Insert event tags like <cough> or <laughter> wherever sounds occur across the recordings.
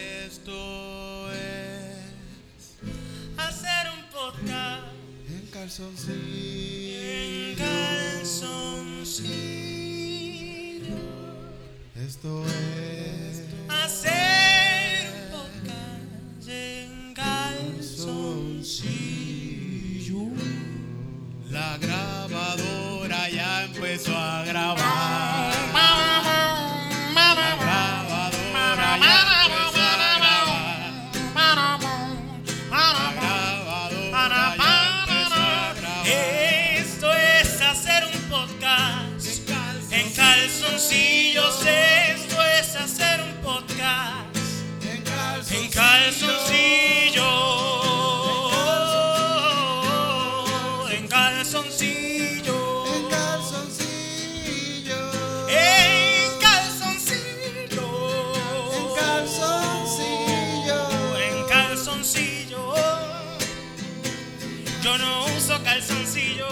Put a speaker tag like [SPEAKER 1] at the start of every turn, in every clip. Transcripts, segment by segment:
[SPEAKER 1] Esto es hacer un podcast
[SPEAKER 2] En calzoncillo.
[SPEAKER 1] en calzoncillo.
[SPEAKER 2] Esto es
[SPEAKER 1] Hacer un podcast en calzoncillo. La grabadora ya empezó a grabar. La grabadora ya empezó a grabar. Grabadora, ya empezó a grabar. Esto es hacer un podcast en calzoncillos. Esto es hacer un podcast
[SPEAKER 2] En
[SPEAKER 1] en
[SPEAKER 2] calzoncillo.
[SPEAKER 1] calzoncillos. En calzoncillos.
[SPEAKER 2] En calzoncillo.
[SPEAKER 1] En calzoncillos. En
[SPEAKER 2] En calzoncillo.
[SPEAKER 1] calzoncillo. Yo no uso calzoncillo.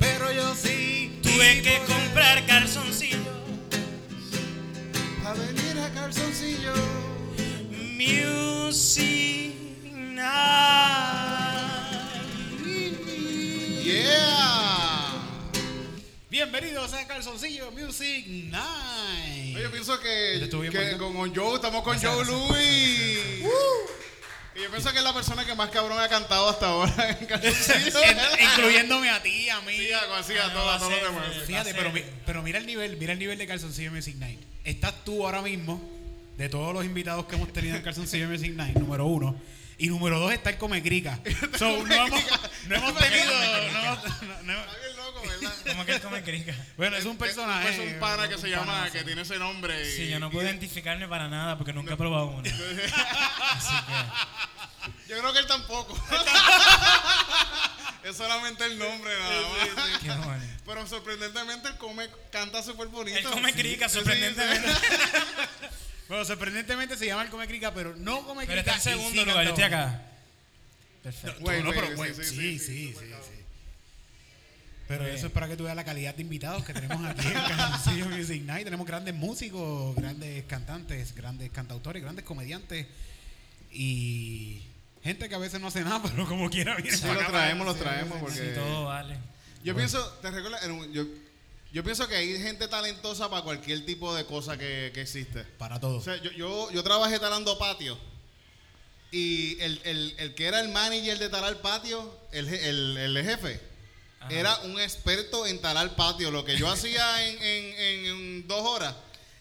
[SPEAKER 2] Pero yo sí.
[SPEAKER 1] Tuve que comprar calzoncillo.
[SPEAKER 2] A venir a calzoncillo.
[SPEAKER 1] Music Night.
[SPEAKER 2] Yeah.
[SPEAKER 1] Bienvenidos a Calzoncillo Music
[SPEAKER 2] Yo
[SPEAKER 1] Night.
[SPEAKER 2] pienso que,
[SPEAKER 1] Estuvo bien
[SPEAKER 2] que
[SPEAKER 1] bonito.
[SPEAKER 2] con con Joe estamos con
[SPEAKER 1] Gracias,
[SPEAKER 2] Joe
[SPEAKER 1] gracias,
[SPEAKER 2] Louis. Y yo pienso que es la persona que más cabrón ha cantado hasta ahora en calzoncillo.
[SPEAKER 3] <laughs> En- incluyéndome a ti, a mí.
[SPEAKER 2] Sí, algo así, a
[SPEAKER 1] No,
[SPEAKER 2] todos,
[SPEAKER 1] va
[SPEAKER 2] a
[SPEAKER 1] a
[SPEAKER 2] todos los
[SPEAKER 1] ser,
[SPEAKER 2] demás.
[SPEAKER 1] eh,
[SPEAKER 3] Fíjate,
[SPEAKER 1] Va a
[SPEAKER 3] pero, mi-
[SPEAKER 1] ser.
[SPEAKER 3] pero mira el nivel, mira el nivel de Calzoncillo Music Night. Estás tú ahora mismo, de todos los invitados que hemos tenido en Calzoncillo Music Night, <laughs> número uno. Y número dos está el Comecrica. So, no, hemos, no hemos tenido. no hemos- no- no hemos-
[SPEAKER 2] Está bien loco, ¿verdad? Eh, pues
[SPEAKER 4] ¿Cómo que él come crica?
[SPEAKER 3] bueno, es un personaje.
[SPEAKER 2] Es un pana que
[SPEAKER 3] un
[SPEAKER 2] se llama,
[SPEAKER 3] pana,
[SPEAKER 2] que
[SPEAKER 3] sí.
[SPEAKER 2] tiene ese nombre.
[SPEAKER 4] Sí,
[SPEAKER 2] y-
[SPEAKER 4] yo no puedo identificarme para nada porque nunca he probado una.
[SPEAKER 2] Yo creo que él tampoco. <laughs> es solamente el nombre nada más.
[SPEAKER 4] Qué bueno.
[SPEAKER 2] Pero sorprendentemente él come, canta súper bonito.
[SPEAKER 4] Él come
[SPEAKER 2] Sí.
[SPEAKER 4] crica,
[SPEAKER 2] Sí, sí,
[SPEAKER 4] sorprendentemente.
[SPEAKER 2] sí.
[SPEAKER 3] Bueno, sorprendentemente se llama el Comecrica, pero no Comecrica.
[SPEAKER 4] Pero
[SPEAKER 3] y sí
[SPEAKER 4] está en segundo lugar, yo
[SPEAKER 3] cantó.
[SPEAKER 4] estoy acá. Perfecto.
[SPEAKER 3] No,
[SPEAKER 2] Güey,
[SPEAKER 3] no,
[SPEAKER 2] güey,
[SPEAKER 3] pero
[SPEAKER 2] sí,
[SPEAKER 3] güey,
[SPEAKER 2] sí,
[SPEAKER 3] sí,
[SPEAKER 2] sí,
[SPEAKER 3] sí,
[SPEAKER 2] sí,
[SPEAKER 3] sí,
[SPEAKER 2] súper cabrón.
[SPEAKER 3] sí. Pero
[SPEAKER 4] Bien.
[SPEAKER 3] eso es para que tú veas la calidad de invitados que tenemos aquí en Calzoncillo Music Night. Tenemos grandes músicos, grandes cantantes, grandes cantautores, grandes comediantes y gente que a veces no hace nada, <laughs> pero como quiera viene
[SPEAKER 2] Sí,
[SPEAKER 3] para
[SPEAKER 2] lo
[SPEAKER 3] acá.
[SPEAKER 2] traemos, lo traemos.
[SPEAKER 4] Sí,
[SPEAKER 2] Porque
[SPEAKER 4] todo vale.
[SPEAKER 2] yo pienso, te recuerdas, En un- yo, yo pienso que hay gente talentosa para cualquier tipo de cosa que, que existe.
[SPEAKER 3] Para
[SPEAKER 2] O
[SPEAKER 3] todos.
[SPEAKER 2] sea, yo, yo, yo trabajé talando patio. Y el, el- el que era el manager de talar patio, el, je- el, el jefe,
[SPEAKER 4] Ajá.
[SPEAKER 2] era un experto en talar patio.
[SPEAKER 4] <laughs>
[SPEAKER 2] Lo que yo hacía en, en- en- en dos horas,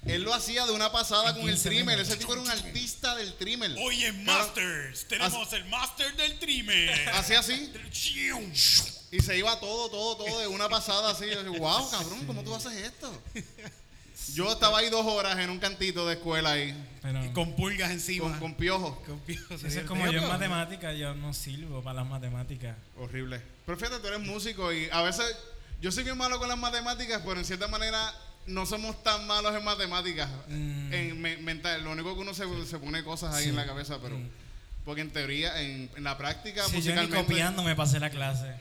[SPEAKER 2] él lo hacía de una pasada
[SPEAKER 4] En
[SPEAKER 2] con el
[SPEAKER 4] 15
[SPEAKER 2] trimmer.
[SPEAKER 4] minutos.
[SPEAKER 2] Ese tipo era un artista del trimmer.
[SPEAKER 3] Oye, Masters,
[SPEAKER 2] tenemos
[SPEAKER 3] el Master del Trimmer.
[SPEAKER 2] Hacía así. Y se iba todo, todo, todo de una pasada así. Yo decía, wow, cabrón, ¿cómo tú haces
[SPEAKER 4] <laughs>
[SPEAKER 2] esto? Yo estaba ahí dos horas en un cantito de escuela ahí,
[SPEAKER 4] Pero
[SPEAKER 3] Con pulgas
[SPEAKER 2] con,
[SPEAKER 3] encima.
[SPEAKER 2] con piojo.
[SPEAKER 3] Con piojos.
[SPEAKER 4] eso es como yo en matemáticas, yo no sirvo para las matemáticas.
[SPEAKER 2] Horrible. Pero fíjate, tú eres músico y a veces yo soy bien malo con las matemáticas, pero en cierta manera no somos tan malos en matemáticas.
[SPEAKER 4] Mm.
[SPEAKER 2] En me- mental, lo único que uno se, se pone cosas ahí
[SPEAKER 4] Sí.
[SPEAKER 2] en la cabeza, pero
[SPEAKER 4] Mm.
[SPEAKER 2] porque en teoría, en, en la práctica,
[SPEAKER 4] Si yo ni
[SPEAKER 2] musicalmente,
[SPEAKER 4] copiando me pasé la clase.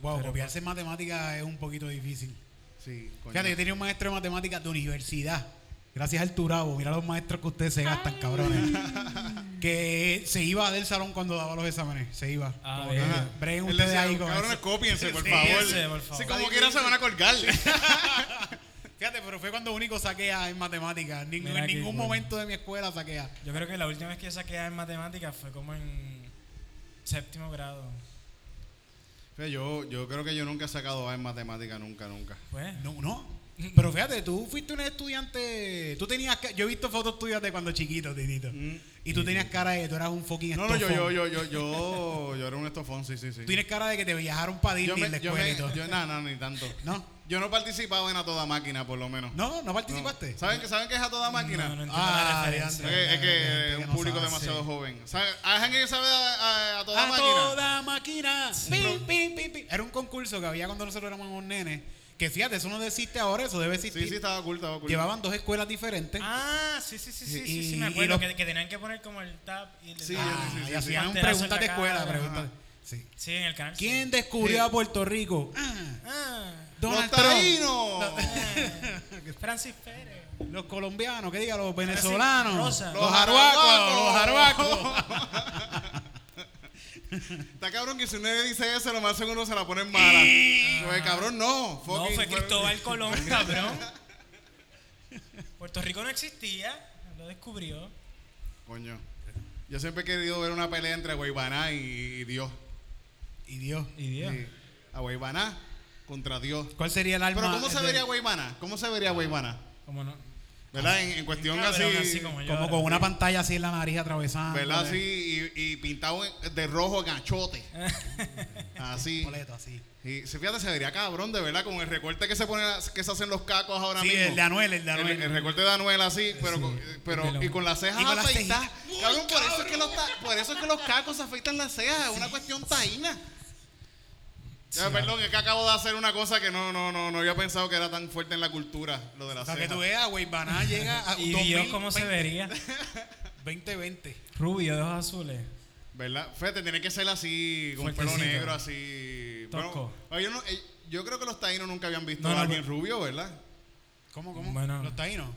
[SPEAKER 3] Wow,
[SPEAKER 4] Pero-
[SPEAKER 3] copiarse en matemáticas es un poquito difícil.
[SPEAKER 2] Sí, coño.
[SPEAKER 3] Fíjate, yo tenía un maestro de matemáticas de universidad. Gracias al Turabo, mira los maestros que ustedes se gastan, cabrones. que se iba del salón cuando daba los exámenes, se iba.
[SPEAKER 4] Ah,
[SPEAKER 3] Como
[SPEAKER 4] bien.
[SPEAKER 3] que,
[SPEAKER 4] Ajá.
[SPEAKER 3] breguen
[SPEAKER 2] Él le
[SPEAKER 3] ustedes
[SPEAKER 2] decía,
[SPEAKER 3] ahí con
[SPEAKER 2] cabrones,
[SPEAKER 3] eso".
[SPEAKER 2] cópiense, por
[SPEAKER 3] Sí,
[SPEAKER 2] favor.
[SPEAKER 4] ese, por favor.
[SPEAKER 2] Si como quiera se van a colgar.
[SPEAKER 3] Fíjate, pero fue cuando único saqué A en matemáticas. Ning-
[SPEAKER 4] Mira
[SPEAKER 3] en
[SPEAKER 4] qué
[SPEAKER 3] ningún
[SPEAKER 4] bueno.
[SPEAKER 3] momento de mi escuela saqué A.
[SPEAKER 4] Yo creo que la última vez que yo saqué A en matemáticas fue como en séptimo grado.
[SPEAKER 2] Fíjate, yo, yo creo que yo nunca he sacado A en matemática, nunca, nunca.
[SPEAKER 4] Pues,
[SPEAKER 3] No, no. <laughs> Pero fíjate, tú fuiste un estudiante. Tú tenías. ca- Yo he visto fotos tuyas de cuando chiquito, Titito.
[SPEAKER 2] Mm.
[SPEAKER 3] Y tú tenías cara de. Tú eras un fucking
[SPEAKER 2] No, no, yo, yo,
[SPEAKER 3] estofón.
[SPEAKER 2] yo, yo, yo, yo era un estofón, sí, sí, sí.
[SPEAKER 3] Tú tienes cara de que te viajaron para
[SPEAKER 2] yo
[SPEAKER 3] Disney en la
[SPEAKER 2] me, yo
[SPEAKER 3] escuela
[SPEAKER 2] me,
[SPEAKER 3] y todo.
[SPEAKER 2] yo, nada, nada, ni tanto.
[SPEAKER 3] No,
[SPEAKER 2] Yo no participaba en A Toda Máquina, por lo menos.
[SPEAKER 3] no, no
[SPEAKER 2] No.
[SPEAKER 3] participaste.
[SPEAKER 2] ¿Saben, que, ¿Saben qué es A Toda Máquina?
[SPEAKER 4] No, no entiendo
[SPEAKER 3] Ah,
[SPEAKER 4] la referencia.
[SPEAKER 2] Es que- es
[SPEAKER 3] Gente
[SPEAKER 2] que
[SPEAKER 3] que
[SPEAKER 2] es un
[SPEAKER 3] no
[SPEAKER 2] público
[SPEAKER 3] sabe,
[SPEAKER 2] demasiado
[SPEAKER 4] sí.
[SPEAKER 2] joven. ¿Saben? ¿Hay gente que sabe a, a- a Toda
[SPEAKER 3] a
[SPEAKER 2] Máquina?
[SPEAKER 3] toda máquina. Pim,
[SPEAKER 2] No.
[SPEAKER 3] pim, pim, pim. Era un concurso que había cuando nosotros éramos un nene. Que fíjate, eso no existe ahora, eso debe existir.
[SPEAKER 2] Sí, sí, estaba oculta, estaba oculta.
[SPEAKER 3] Llevaban dos escuelas diferentes.
[SPEAKER 4] Ah, sí, sí, sí, sí, sí,
[SPEAKER 3] Y-
[SPEAKER 4] sí, me
[SPEAKER 3] y
[SPEAKER 4] acuerdo
[SPEAKER 3] los-
[SPEAKER 4] que, que tenían que poner como el tab y el
[SPEAKER 2] Sí,
[SPEAKER 3] Ah,
[SPEAKER 2] sí, sí, sí,
[SPEAKER 3] y hacían
[SPEAKER 4] sí.
[SPEAKER 3] preguntas de
[SPEAKER 4] Pastelazo en la
[SPEAKER 3] escuela.
[SPEAKER 4] cara.
[SPEAKER 3] preguntas- sí.
[SPEAKER 4] Sí, en el canal. sí.
[SPEAKER 3] ¿Quién descubrió
[SPEAKER 2] Sí.
[SPEAKER 3] a Puerto Rico? Ah,
[SPEAKER 4] Ah,
[SPEAKER 2] ¡Los
[SPEAKER 3] Donald Trump.
[SPEAKER 2] taínos!
[SPEAKER 3] que-
[SPEAKER 4] Francis Pérez.
[SPEAKER 3] Los colombianos, que diga los venezolanos.
[SPEAKER 4] Rosa.
[SPEAKER 3] Los
[SPEAKER 2] Los
[SPEAKER 3] arhuacos, los
[SPEAKER 2] arhuacos.
[SPEAKER 3] arhuacos.
[SPEAKER 2] <laughs> Está cabrón que si uno le dice eso, lo más seguro se la ponen mala. Pues cabrón, no.
[SPEAKER 4] No,
[SPEAKER 2] fucking-
[SPEAKER 4] fue Cristóbal Colón, cabrón. Puerto Rico no existía, lo descubrió.
[SPEAKER 2] Coño. Yo siempre he querido ver una pelea entre Guaybaná y, y Dios.
[SPEAKER 3] y Dios.
[SPEAKER 4] Y Dios.
[SPEAKER 2] Sí. A Guaybaná contra Dios.
[SPEAKER 3] ¿Cuál sería el alma?
[SPEAKER 2] Pero ¿cómo se
[SPEAKER 3] de-
[SPEAKER 2] vería Guaybaná? ¿Cómo se vería Guaybaná?
[SPEAKER 4] Como no.
[SPEAKER 2] ¿Verdad? En, en cuestión así.
[SPEAKER 4] Cabrón, así como yo
[SPEAKER 3] Como
[SPEAKER 4] ahora.
[SPEAKER 3] con una pantalla así en la nariz atravesando.
[SPEAKER 2] ¿Verdad? Así y, y pintado en- de rojo ganchote.
[SPEAKER 4] <laughs>
[SPEAKER 2] Así.
[SPEAKER 3] Boleto, así.
[SPEAKER 2] Y se fíjate, se vería cabrón, de verdad, con el recorte que se pone, que se hacen los cacos ahora
[SPEAKER 3] Sí,
[SPEAKER 2] mismo.
[SPEAKER 3] el de Anuel, el de Anuel.
[SPEAKER 2] El, el recorte de Anuel así, pero, con- eh,
[SPEAKER 4] de
[SPEAKER 2] pero
[SPEAKER 4] la-
[SPEAKER 2] y con las cejas
[SPEAKER 3] Y con las
[SPEAKER 2] afeitadas.
[SPEAKER 3] cejitas.
[SPEAKER 2] Cabrón, por eso, es que los, ta- por eso es que los cacos se afeitan las cejas, es una cuestión taína. Ya, perdón, es que acabo de hacer una cosa que no, no, no, no había pensado que era tan fuerte en la cultura, lo de las
[SPEAKER 3] Para que
[SPEAKER 2] cejas.
[SPEAKER 3] tú veas, güey,
[SPEAKER 4] <laughs>
[SPEAKER 3] Baná llega a
[SPEAKER 4] Y
[SPEAKER 3] 2000,
[SPEAKER 4] Dios, ¿cómo se vería?
[SPEAKER 3] 2020.
[SPEAKER 4] Rubio, de ojos azules.
[SPEAKER 2] ¿Verdad? Fíjate, tiene que ser así, con pelo
[SPEAKER 4] Fuertecito.
[SPEAKER 2] negro, así.
[SPEAKER 4] Tosco.
[SPEAKER 2] Bueno, yo, no- eh, yo creo que los taínos nunca habían visto
[SPEAKER 4] No, no,
[SPEAKER 2] a alguien
[SPEAKER 4] pero-
[SPEAKER 2] rubio, ¿verdad?
[SPEAKER 3] ¿Cómo, cómo?
[SPEAKER 4] Bueno.
[SPEAKER 3] Los taínos.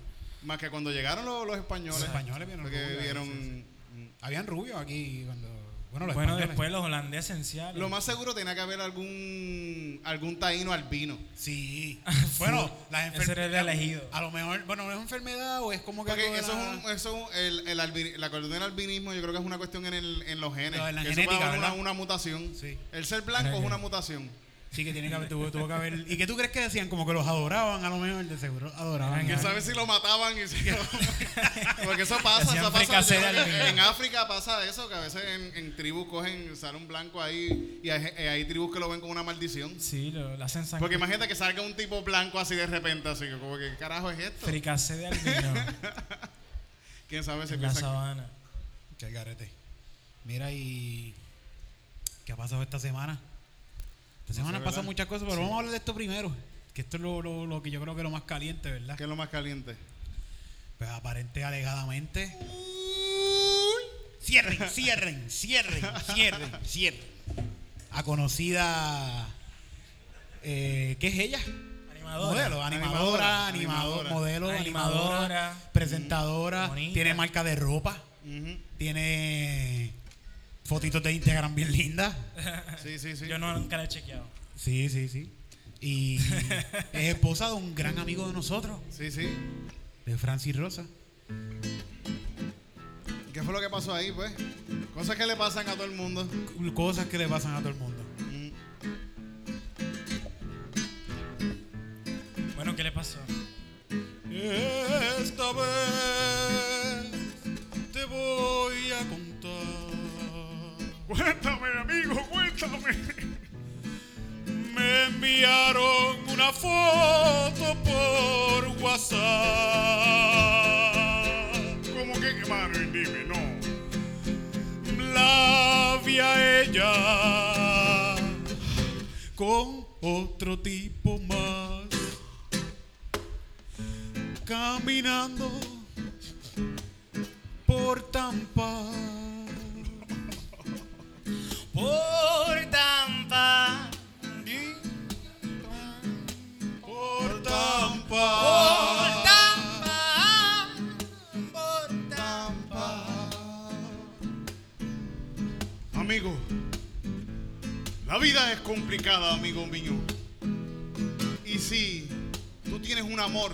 [SPEAKER 2] Más que cuando llegaron los, los españoles.
[SPEAKER 3] Los españoles vieron
[SPEAKER 2] Porque
[SPEAKER 3] rubio,
[SPEAKER 2] vieron.
[SPEAKER 3] sí, Habían rubios aquí cuando... Bueno, los
[SPEAKER 4] Bueno,
[SPEAKER 3] españoles.
[SPEAKER 4] después los holandeses esenciales.
[SPEAKER 2] Mm. Lo más seguro tenía que haber algún algún taíno albino.
[SPEAKER 3] Sí.
[SPEAKER 4] <laughs> Sí.
[SPEAKER 3] bueno, las
[SPEAKER 4] Ese era el
[SPEAKER 3] enfermedades.
[SPEAKER 4] elegido.
[SPEAKER 3] A lo mejor, bueno, no es enfermedad o es como que.
[SPEAKER 2] Porque
[SPEAKER 3] algo de
[SPEAKER 2] eso
[SPEAKER 3] la-
[SPEAKER 2] es un, eso es un- el, el albi- la cuestión del albinismo yo creo que es una cuestión en, el, en los genes.
[SPEAKER 3] Lo de la
[SPEAKER 2] Que eso
[SPEAKER 3] genética,
[SPEAKER 2] fue una,
[SPEAKER 3] ¿verdad?
[SPEAKER 2] una mutación.
[SPEAKER 3] Sí.
[SPEAKER 2] El ser blanco es una mutación.
[SPEAKER 3] Sí, que tiene que haber, tuvo, tuvo que haber. ¿Y qué tú crees que decían? Como que los adoraban, a lo mejor, de seguro adoraban.
[SPEAKER 2] Que
[SPEAKER 3] a-
[SPEAKER 2] sabe si lo mataban y
[SPEAKER 3] <laughs>
[SPEAKER 2] si no. Porque eso pasa,
[SPEAKER 4] Hacían
[SPEAKER 2] eso pasa.
[SPEAKER 4] fricassé
[SPEAKER 2] Yo creo
[SPEAKER 4] al
[SPEAKER 2] que
[SPEAKER 4] albino.
[SPEAKER 2] en África pasa eso, que a veces en, en tribus cogen, sale un blanco ahí y hay, hay tribus que lo ven como una maldición.
[SPEAKER 4] Sí, lo, la hacen
[SPEAKER 2] Porque imagínate que salga un tipo blanco así de repente, así que como que ¿qué carajo es esto.
[SPEAKER 4] Fricase de
[SPEAKER 2] <laughs>
[SPEAKER 4] albino
[SPEAKER 2] Quién sabe si
[SPEAKER 4] en la
[SPEAKER 2] piensa
[SPEAKER 4] sabana.
[SPEAKER 3] Qué garete. Mira, y. ¿Qué ha pasado esta semana? Esta semana han
[SPEAKER 2] ¿verdad?
[SPEAKER 3] pasado muchas cosas, pero vamos a hablar de esto primero. Que esto es lo, lo- lo que yo creo que es lo más caliente, ¿verdad?
[SPEAKER 2] que es lo más caliente.
[SPEAKER 3] Pues aparente, alegadamente. Cierren, cierren, cierren, cierren, cierren. A conocida. eh, ¿Qué es ella?
[SPEAKER 4] Animadora.
[SPEAKER 3] Modelo, animadora, animadora,
[SPEAKER 2] Animadora,
[SPEAKER 3] animador,
[SPEAKER 2] animadora.
[SPEAKER 3] modelo, animadora,
[SPEAKER 4] Animadora.
[SPEAKER 3] presentadora,
[SPEAKER 4] Bonita.
[SPEAKER 3] tiene marca de ropa,
[SPEAKER 2] Ujú.
[SPEAKER 3] tiene fotitos de Instagram bien lindas.
[SPEAKER 2] Sí, sí, sí.
[SPEAKER 4] Yo no, nunca la he chequeado.
[SPEAKER 3] Sí, sí, sí. Y es esposa de un gran amigo de nosotros,
[SPEAKER 2] Sí, sí.
[SPEAKER 3] de Francis Rosa.
[SPEAKER 2] ¿Qué fue lo que pasó ahí, pues? Cosas que le pasan a todo el mundo.
[SPEAKER 3] C- Cosas que le pasan a todo el mundo.
[SPEAKER 2] Mm.
[SPEAKER 4] Bueno, ¿qué le pasó?
[SPEAKER 3] Esta vez te voy a contar.
[SPEAKER 2] Cuéntame, amigo, cuéntame.
[SPEAKER 3] Me enviaron una foto por WhatsApp.
[SPEAKER 2] ¿Cómo que quemaron? Y dime, no.
[SPEAKER 3] La vi a ella con otro tipo más. Caminando por Tampa.
[SPEAKER 4] Por Tampa.
[SPEAKER 3] Por Tampa.
[SPEAKER 4] Por Tampa. Por
[SPEAKER 2] Tampa. Amigo, la vida es complicada, amigo mío. Y si tú tienes un amor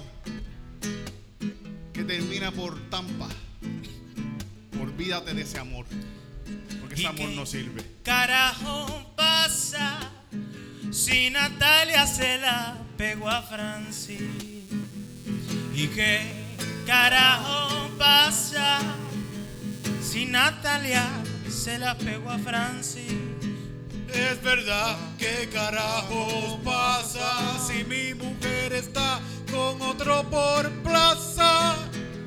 [SPEAKER 2] que termina por tampa, olvídate de ese amor. Porque ese
[SPEAKER 4] ¿Y
[SPEAKER 2] amor
[SPEAKER 4] qué?
[SPEAKER 2] no sirve.
[SPEAKER 4] Carajo pasa si Natalia se la pegó a Francis. ¿Y qué carajo pasa si Natalia se la pegó a Francis?
[SPEAKER 3] Es verdad que carajos pasa si mi mujer está con otro por plaza.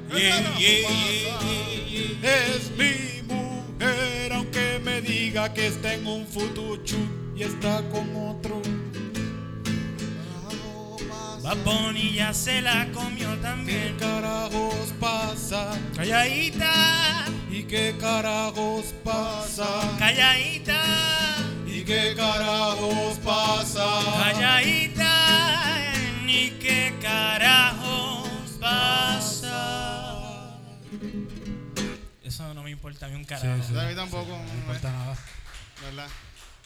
[SPEAKER 4] Yeah, yeah,
[SPEAKER 3] Es mi mujer aunque me diga que está en un futuchu y está con otro.
[SPEAKER 4] Bad Bunny ya se la comió
[SPEAKER 3] ¿Qué
[SPEAKER 4] también.
[SPEAKER 3] carajos pasa?
[SPEAKER 4] Calladita,
[SPEAKER 3] ¿Y qué carajos pasa?
[SPEAKER 4] calladita,
[SPEAKER 3] ¿Y qué carajos pasa?
[SPEAKER 4] calladita, ni qué carajo me importa a mí un carajo.
[SPEAKER 3] Sí, sí.
[SPEAKER 2] A mí tampoco,
[SPEAKER 3] Sí, no
[SPEAKER 2] no
[SPEAKER 3] me importa nada.
[SPEAKER 2] ¿verdad?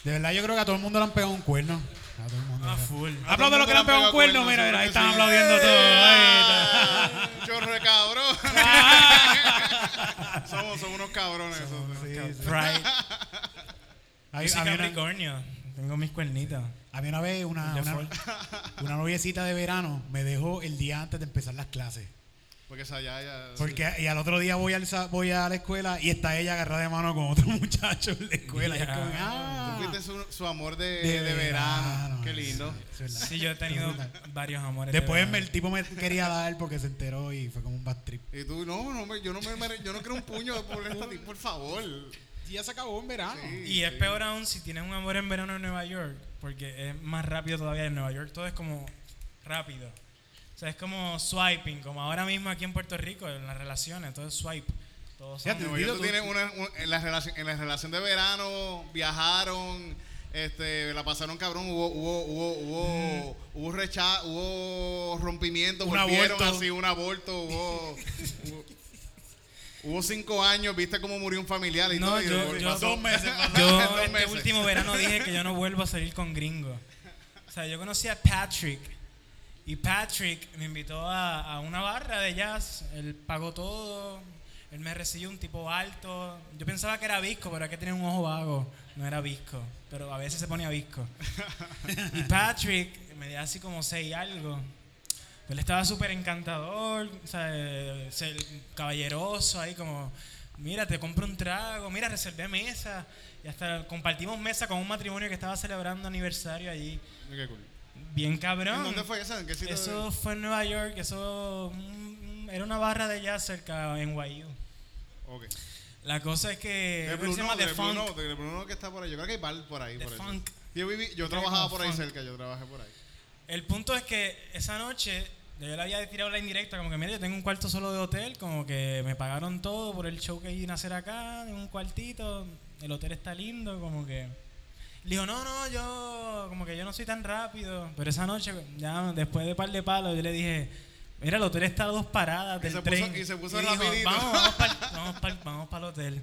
[SPEAKER 3] De verdad, yo creo que a todo el mundo le han pegado un cuerno. A todo el mundo.
[SPEAKER 4] Ah, full.
[SPEAKER 3] Aplaude a los que le han pegado un cuerno. Mira, mira, ahí están aplaudiendo todos. Ahí está.
[SPEAKER 2] Chorro de cabrón.
[SPEAKER 3] <laughs>
[SPEAKER 2] somos, somos unos cabrones. esos.
[SPEAKER 3] Sí, sí.
[SPEAKER 4] Pride.
[SPEAKER 3] Ahí-
[SPEAKER 4] Yo soy
[SPEAKER 3] había, una,
[SPEAKER 4] Capricornio. Tengo mis cuernitos.
[SPEAKER 3] había una vez Ah, una,
[SPEAKER 4] De
[SPEAKER 3] una, <laughs>
[SPEAKER 4] Ford.
[SPEAKER 3] una noviecita de verano me dejó el día antes de empezar las clases.
[SPEAKER 2] Porque esa ya, ya.
[SPEAKER 3] Porque y al otro día voy, al, sa- voy a la escuela y está ella agarrada de mano con otro <laughs> muchacho en la escuela. Y es como,
[SPEAKER 4] Ya.
[SPEAKER 3] ah,
[SPEAKER 2] Tú fuiste su, su amor de,
[SPEAKER 3] de
[SPEAKER 2] de, verano. Qué
[SPEAKER 3] sí,
[SPEAKER 2] lindo.
[SPEAKER 3] es verdad.
[SPEAKER 4] Sí, yo he tenido varios amores. de
[SPEAKER 3] Después
[SPEAKER 4] verano.
[SPEAKER 3] me- el tipo me quería dar porque se enteró y fue como un bad trip.
[SPEAKER 2] Y tú, no, no me- yo no me mere- yo no quiero un puño por esta ti- por favor.
[SPEAKER 3] Y ya se acabó en verano.
[SPEAKER 2] Sí,
[SPEAKER 4] Y es
[SPEAKER 2] sí.
[SPEAKER 4] peor aún si tienes un amor en verano en Nueva York, porque es más rápido todavía. En Nueva York todo es como rápido. O sea, es como swiping, como ahora mismo aquí en Puerto Rico, en las relaciones, todo es swipe. Todo son-
[SPEAKER 3] Fíjate,
[SPEAKER 2] Como yo,
[SPEAKER 3] Dilo
[SPEAKER 2] tú
[SPEAKER 3] tú.
[SPEAKER 2] tienes una, un- en, la relación, en la relación de verano, viajaron, este, la pasaron cabrón, hubo, hubo, hubo, hubo, hubo recha- hubo rompimiento,
[SPEAKER 3] Un
[SPEAKER 2] volvieron
[SPEAKER 3] aborto.
[SPEAKER 2] así, un aborto, hubo, hubo, hubo cinco años, viste cómo murió un familiar y
[SPEAKER 4] No,
[SPEAKER 2] todo. y
[SPEAKER 4] yo-
[SPEAKER 2] volvió-
[SPEAKER 4] yo-
[SPEAKER 2] pasó.
[SPEAKER 4] dos
[SPEAKER 2] <laughs>
[SPEAKER 3] meses, pasó.
[SPEAKER 4] Yo
[SPEAKER 2] Dos
[SPEAKER 4] este
[SPEAKER 2] meses.
[SPEAKER 4] último verano dije que yo no vuelvo a salir con gringos. O sea, yo conocí a Patrick. Y Patrick me invitó a, a una barra de jazz. Él pagó todo. Él me recibió un tipo alto. Yo pensaba que era visco, pero es que tenía un ojo vago. No era visco. Pero a veces se ponía
[SPEAKER 2] <laughs>
[SPEAKER 4] visco. Y Patrick me dio así como seis algo. Él estaba súper encantador, o sea, eh, ser caballeroso ahí como, mira, te compro un trago, mira, reservé mesa. Y hasta compartimos mesa con un matrimonio que estaba celebrando aniversario allí.
[SPEAKER 2] Qué cool.
[SPEAKER 4] Bien cabrón.
[SPEAKER 2] ¿En ¿Dónde fue esa? ¿En qué sitio?
[SPEAKER 4] Eso fue en Nueva York, eso mm, mm, era una barra de jazz cerca en NYU.
[SPEAKER 2] Ok.
[SPEAKER 4] La cosa es que
[SPEAKER 2] De
[SPEAKER 4] eh, creo que
[SPEAKER 2] Blue
[SPEAKER 4] se llama
[SPEAKER 2] Note,
[SPEAKER 4] The
[SPEAKER 2] de Blue
[SPEAKER 4] Funk.
[SPEAKER 2] Note, de Blue Note que está por ahí. Yo creo que hay bar por ahí.
[SPEAKER 4] The
[SPEAKER 2] por ahí.
[SPEAKER 4] Funk.
[SPEAKER 2] Yo, viví, yo
[SPEAKER 4] Creo que
[SPEAKER 2] trabajaba
[SPEAKER 4] como
[SPEAKER 2] por ahí
[SPEAKER 4] funk.
[SPEAKER 2] cerca, yo trabajé por ahí.
[SPEAKER 4] El punto es que esa noche yo le había tirado la indirecta, como que mira, yo tengo un cuarto solo de hotel, como que me pagaron todo por el show que iba a hacer acá, en un cuartito, el hotel está lindo, como que... Le dijo, no, no, yo como que yo no soy tan rápido, pero esa noche, ya después de par de palos, yo le dije, mira, el hotel está a dos paradas
[SPEAKER 2] Y
[SPEAKER 4] del
[SPEAKER 2] se puso-
[SPEAKER 4] tren.
[SPEAKER 2] y se puso
[SPEAKER 4] dijo,
[SPEAKER 2] rapidito. <laughs>
[SPEAKER 4] vamos, vamos para vamos pa'l- vamos pa'l hotel.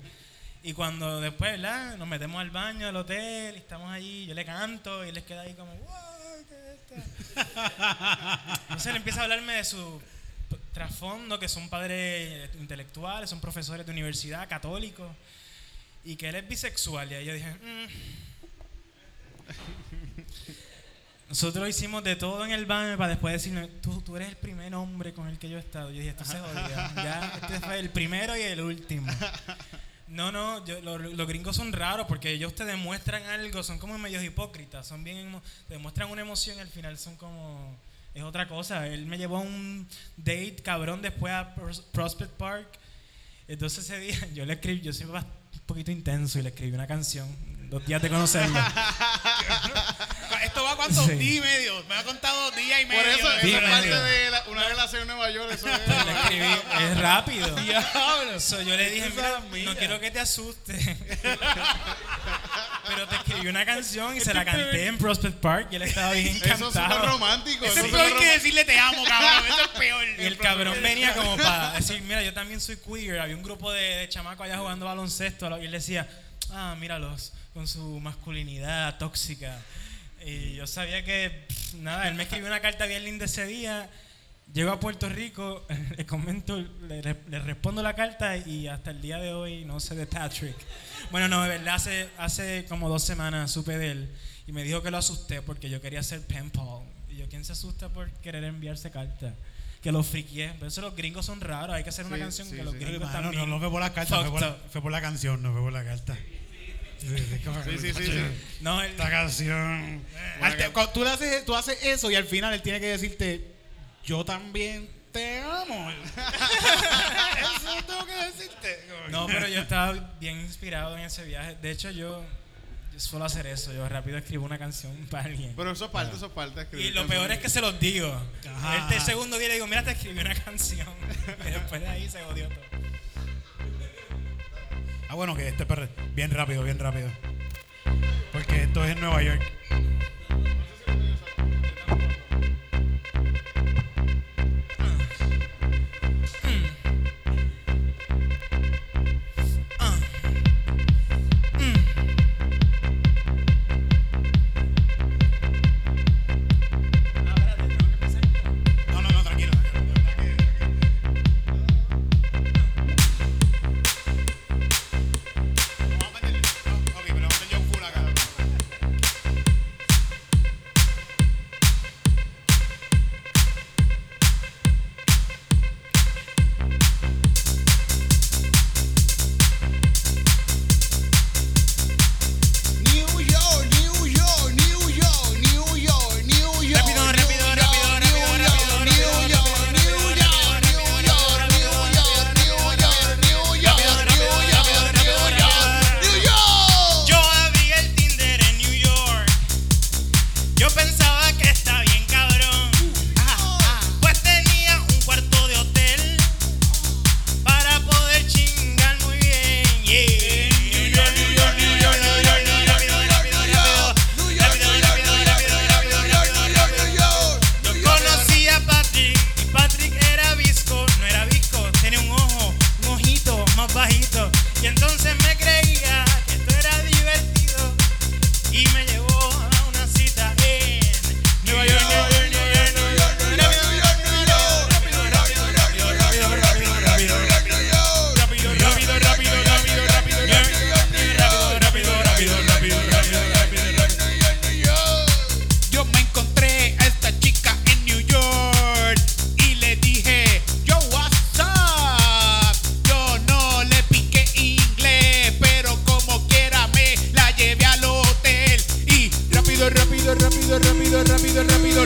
[SPEAKER 4] Y cuando después, ¿verdad? Nos metemos al baño del hotel y estamos allí, yo le canto y él les queda ahí como, wow, ¿qué es esto?" Entonces él empieza a hablarme de su p- trasfondo, que son padres intelectuales, son profesores de universidad, católicos, y que él es bisexual. Y ahí yo dije, "Mm". Nosotros hicimos de todo en el baño para después decirme, tú, tú eres el primer hombre con el que yo he estado. Yo dije, esto se jodió. Ya, este fue el primero y el último. No, no, yo- lo- lo- los gringos son raros porque ellos te demuestran algo, son como medios hipócritas, son bien, emo- te demuestran una emoción y al final son como, es otra cosa. Él me llevó a un date cabrón después a Pros- Prospect Park, entonces ese día <laughs> yo le escribí, yo soy bast- un poquito intenso y le escribí una canción, dos días de conocerlo.
[SPEAKER 3] Ah, Esto va cuántos
[SPEAKER 4] Sí.
[SPEAKER 3] días y medio. Me ha contado días y medio.
[SPEAKER 2] Por eso,
[SPEAKER 4] Sí,
[SPEAKER 2] esa es parte
[SPEAKER 4] medio.
[SPEAKER 2] de la, una relación en Nueva York,
[SPEAKER 4] <laughs>
[SPEAKER 2] eso es.
[SPEAKER 4] Pues Le escribí, es rápido.
[SPEAKER 3] Diablo.
[SPEAKER 4] So, yo le dije,
[SPEAKER 3] Esa
[SPEAKER 4] mira,
[SPEAKER 3] es mía.
[SPEAKER 4] no quiero que te asustes. <laughs> Pero te escribí una canción y se la
[SPEAKER 3] Este
[SPEAKER 4] canté en Prospect Park y él estaba bien
[SPEAKER 2] Eso es súper
[SPEAKER 4] encantado.
[SPEAKER 2] romántico.
[SPEAKER 3] Eso
[SPEAKER 2] eso
[SPEAKER 3] es
[SPEAKER 2] es
[SPEAKER 3] peor
[SPEAKER 2] súper
[SPEAKER 3] que decirle te amo, cabrón. Eso es peor.
[SPEAKER 4] Y el cabrón venía como para decir, mira, yo también soy queer. Había un grupo de, de chamacos allá jugando baloncesto y él decía, ah, míralos, con su masculinidad tóxica. Y yo sabía que, pff, nada, él me escribió una carta bien linda ese día. Llego a Puerto Rico, <laughs> le comento, le, le- le respondo la carta y hasta el día de hoy no sé de Patrick. Bueno, no, de verdad, hace, hace como dos semanas supe de él y me dijo que lo asusté porque yo quería ser pen pal. Y yo, ¿quién se asusta por querer enviarse carta? Que lo friqué. Pero eso los gringos son raros, hay que hacer una
[SPEAKER 2] Sí,
[SPEAKER 4] canción
[SPEAKER 2] sí,
[SPEAKER 4] que los
[SPEAKER 2] sí.
[SPEAKER 4] gringos
[SPEAKER 3] No,
[SPEAKER 4] también.
[SPEAKER 3] no, no fue por la carta, fue
[SPEAKER 4] Fucked
[SPEAKER 3] por la,
[SPEAKER 4] up.
[SPEAKER 3] fue por la canción, no fue por la carta. Sí, sí, como-
[SPEAKER 2] Sí, sí, sí, sí.
[SPEAKER 4] No, él-
[SPEAKER 3] Esta canción. Al te- cuando tú, le haces, tú haces eso y al final él tiene que decirte, yo también te amo. <laughs> eso tengo que decirte.
[SPEAKER 4] No, pero yo estaba bien inspirado en ese viaje. De hecho, yo, yo suelo hacer eso. Yo rápido escribo una canción <laughs> para alguien.
[SPEAKER 2] Pero eso es parte, eso es parte. de escribir
[SPEAKER 4] y lo
[SPEAKER 2] canciones.
[SPEAKER 4] peor es que se los digo.
[SPEAKER 3] Ajá.
[SPEAKER 4] Este segundo día le digo, mira, te escribí una <laughs> canción. Y después de ahí se jodió todo.
[SPEAKER 3] Ah, bueno, que este perro, bien rápido, bien rápido. Porque esto es en Nueva York.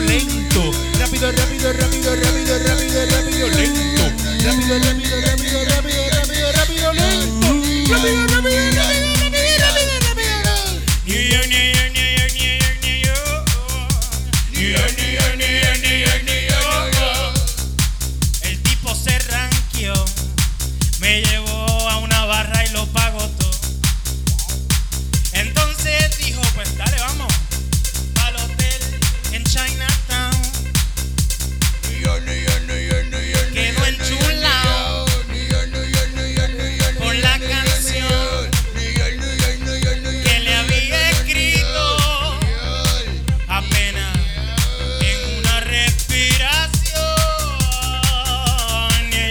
[SPEAKER 5] rápido, rápido, rápido, rápido, rápido, rápido, lento. Rápido, rápido, rápido, rápido, rápido, rápido, lento. Rápido, rápido, rápido, rápido, rápido, rápido.
[SPEAKER 4] New York, New York, New York, New York, New York.
[SPEAKER 5] New York, New York, New York, New York, New York, New York.
[SPEAKER 4] El tipo se ranqueó, me llevó a una barra y lo pagó todo. Entonces dijo, pues dale, vamos, al hotel en Chinatown. Quedó enchulado por la canción que le había escrito. Apenas en una respiración. New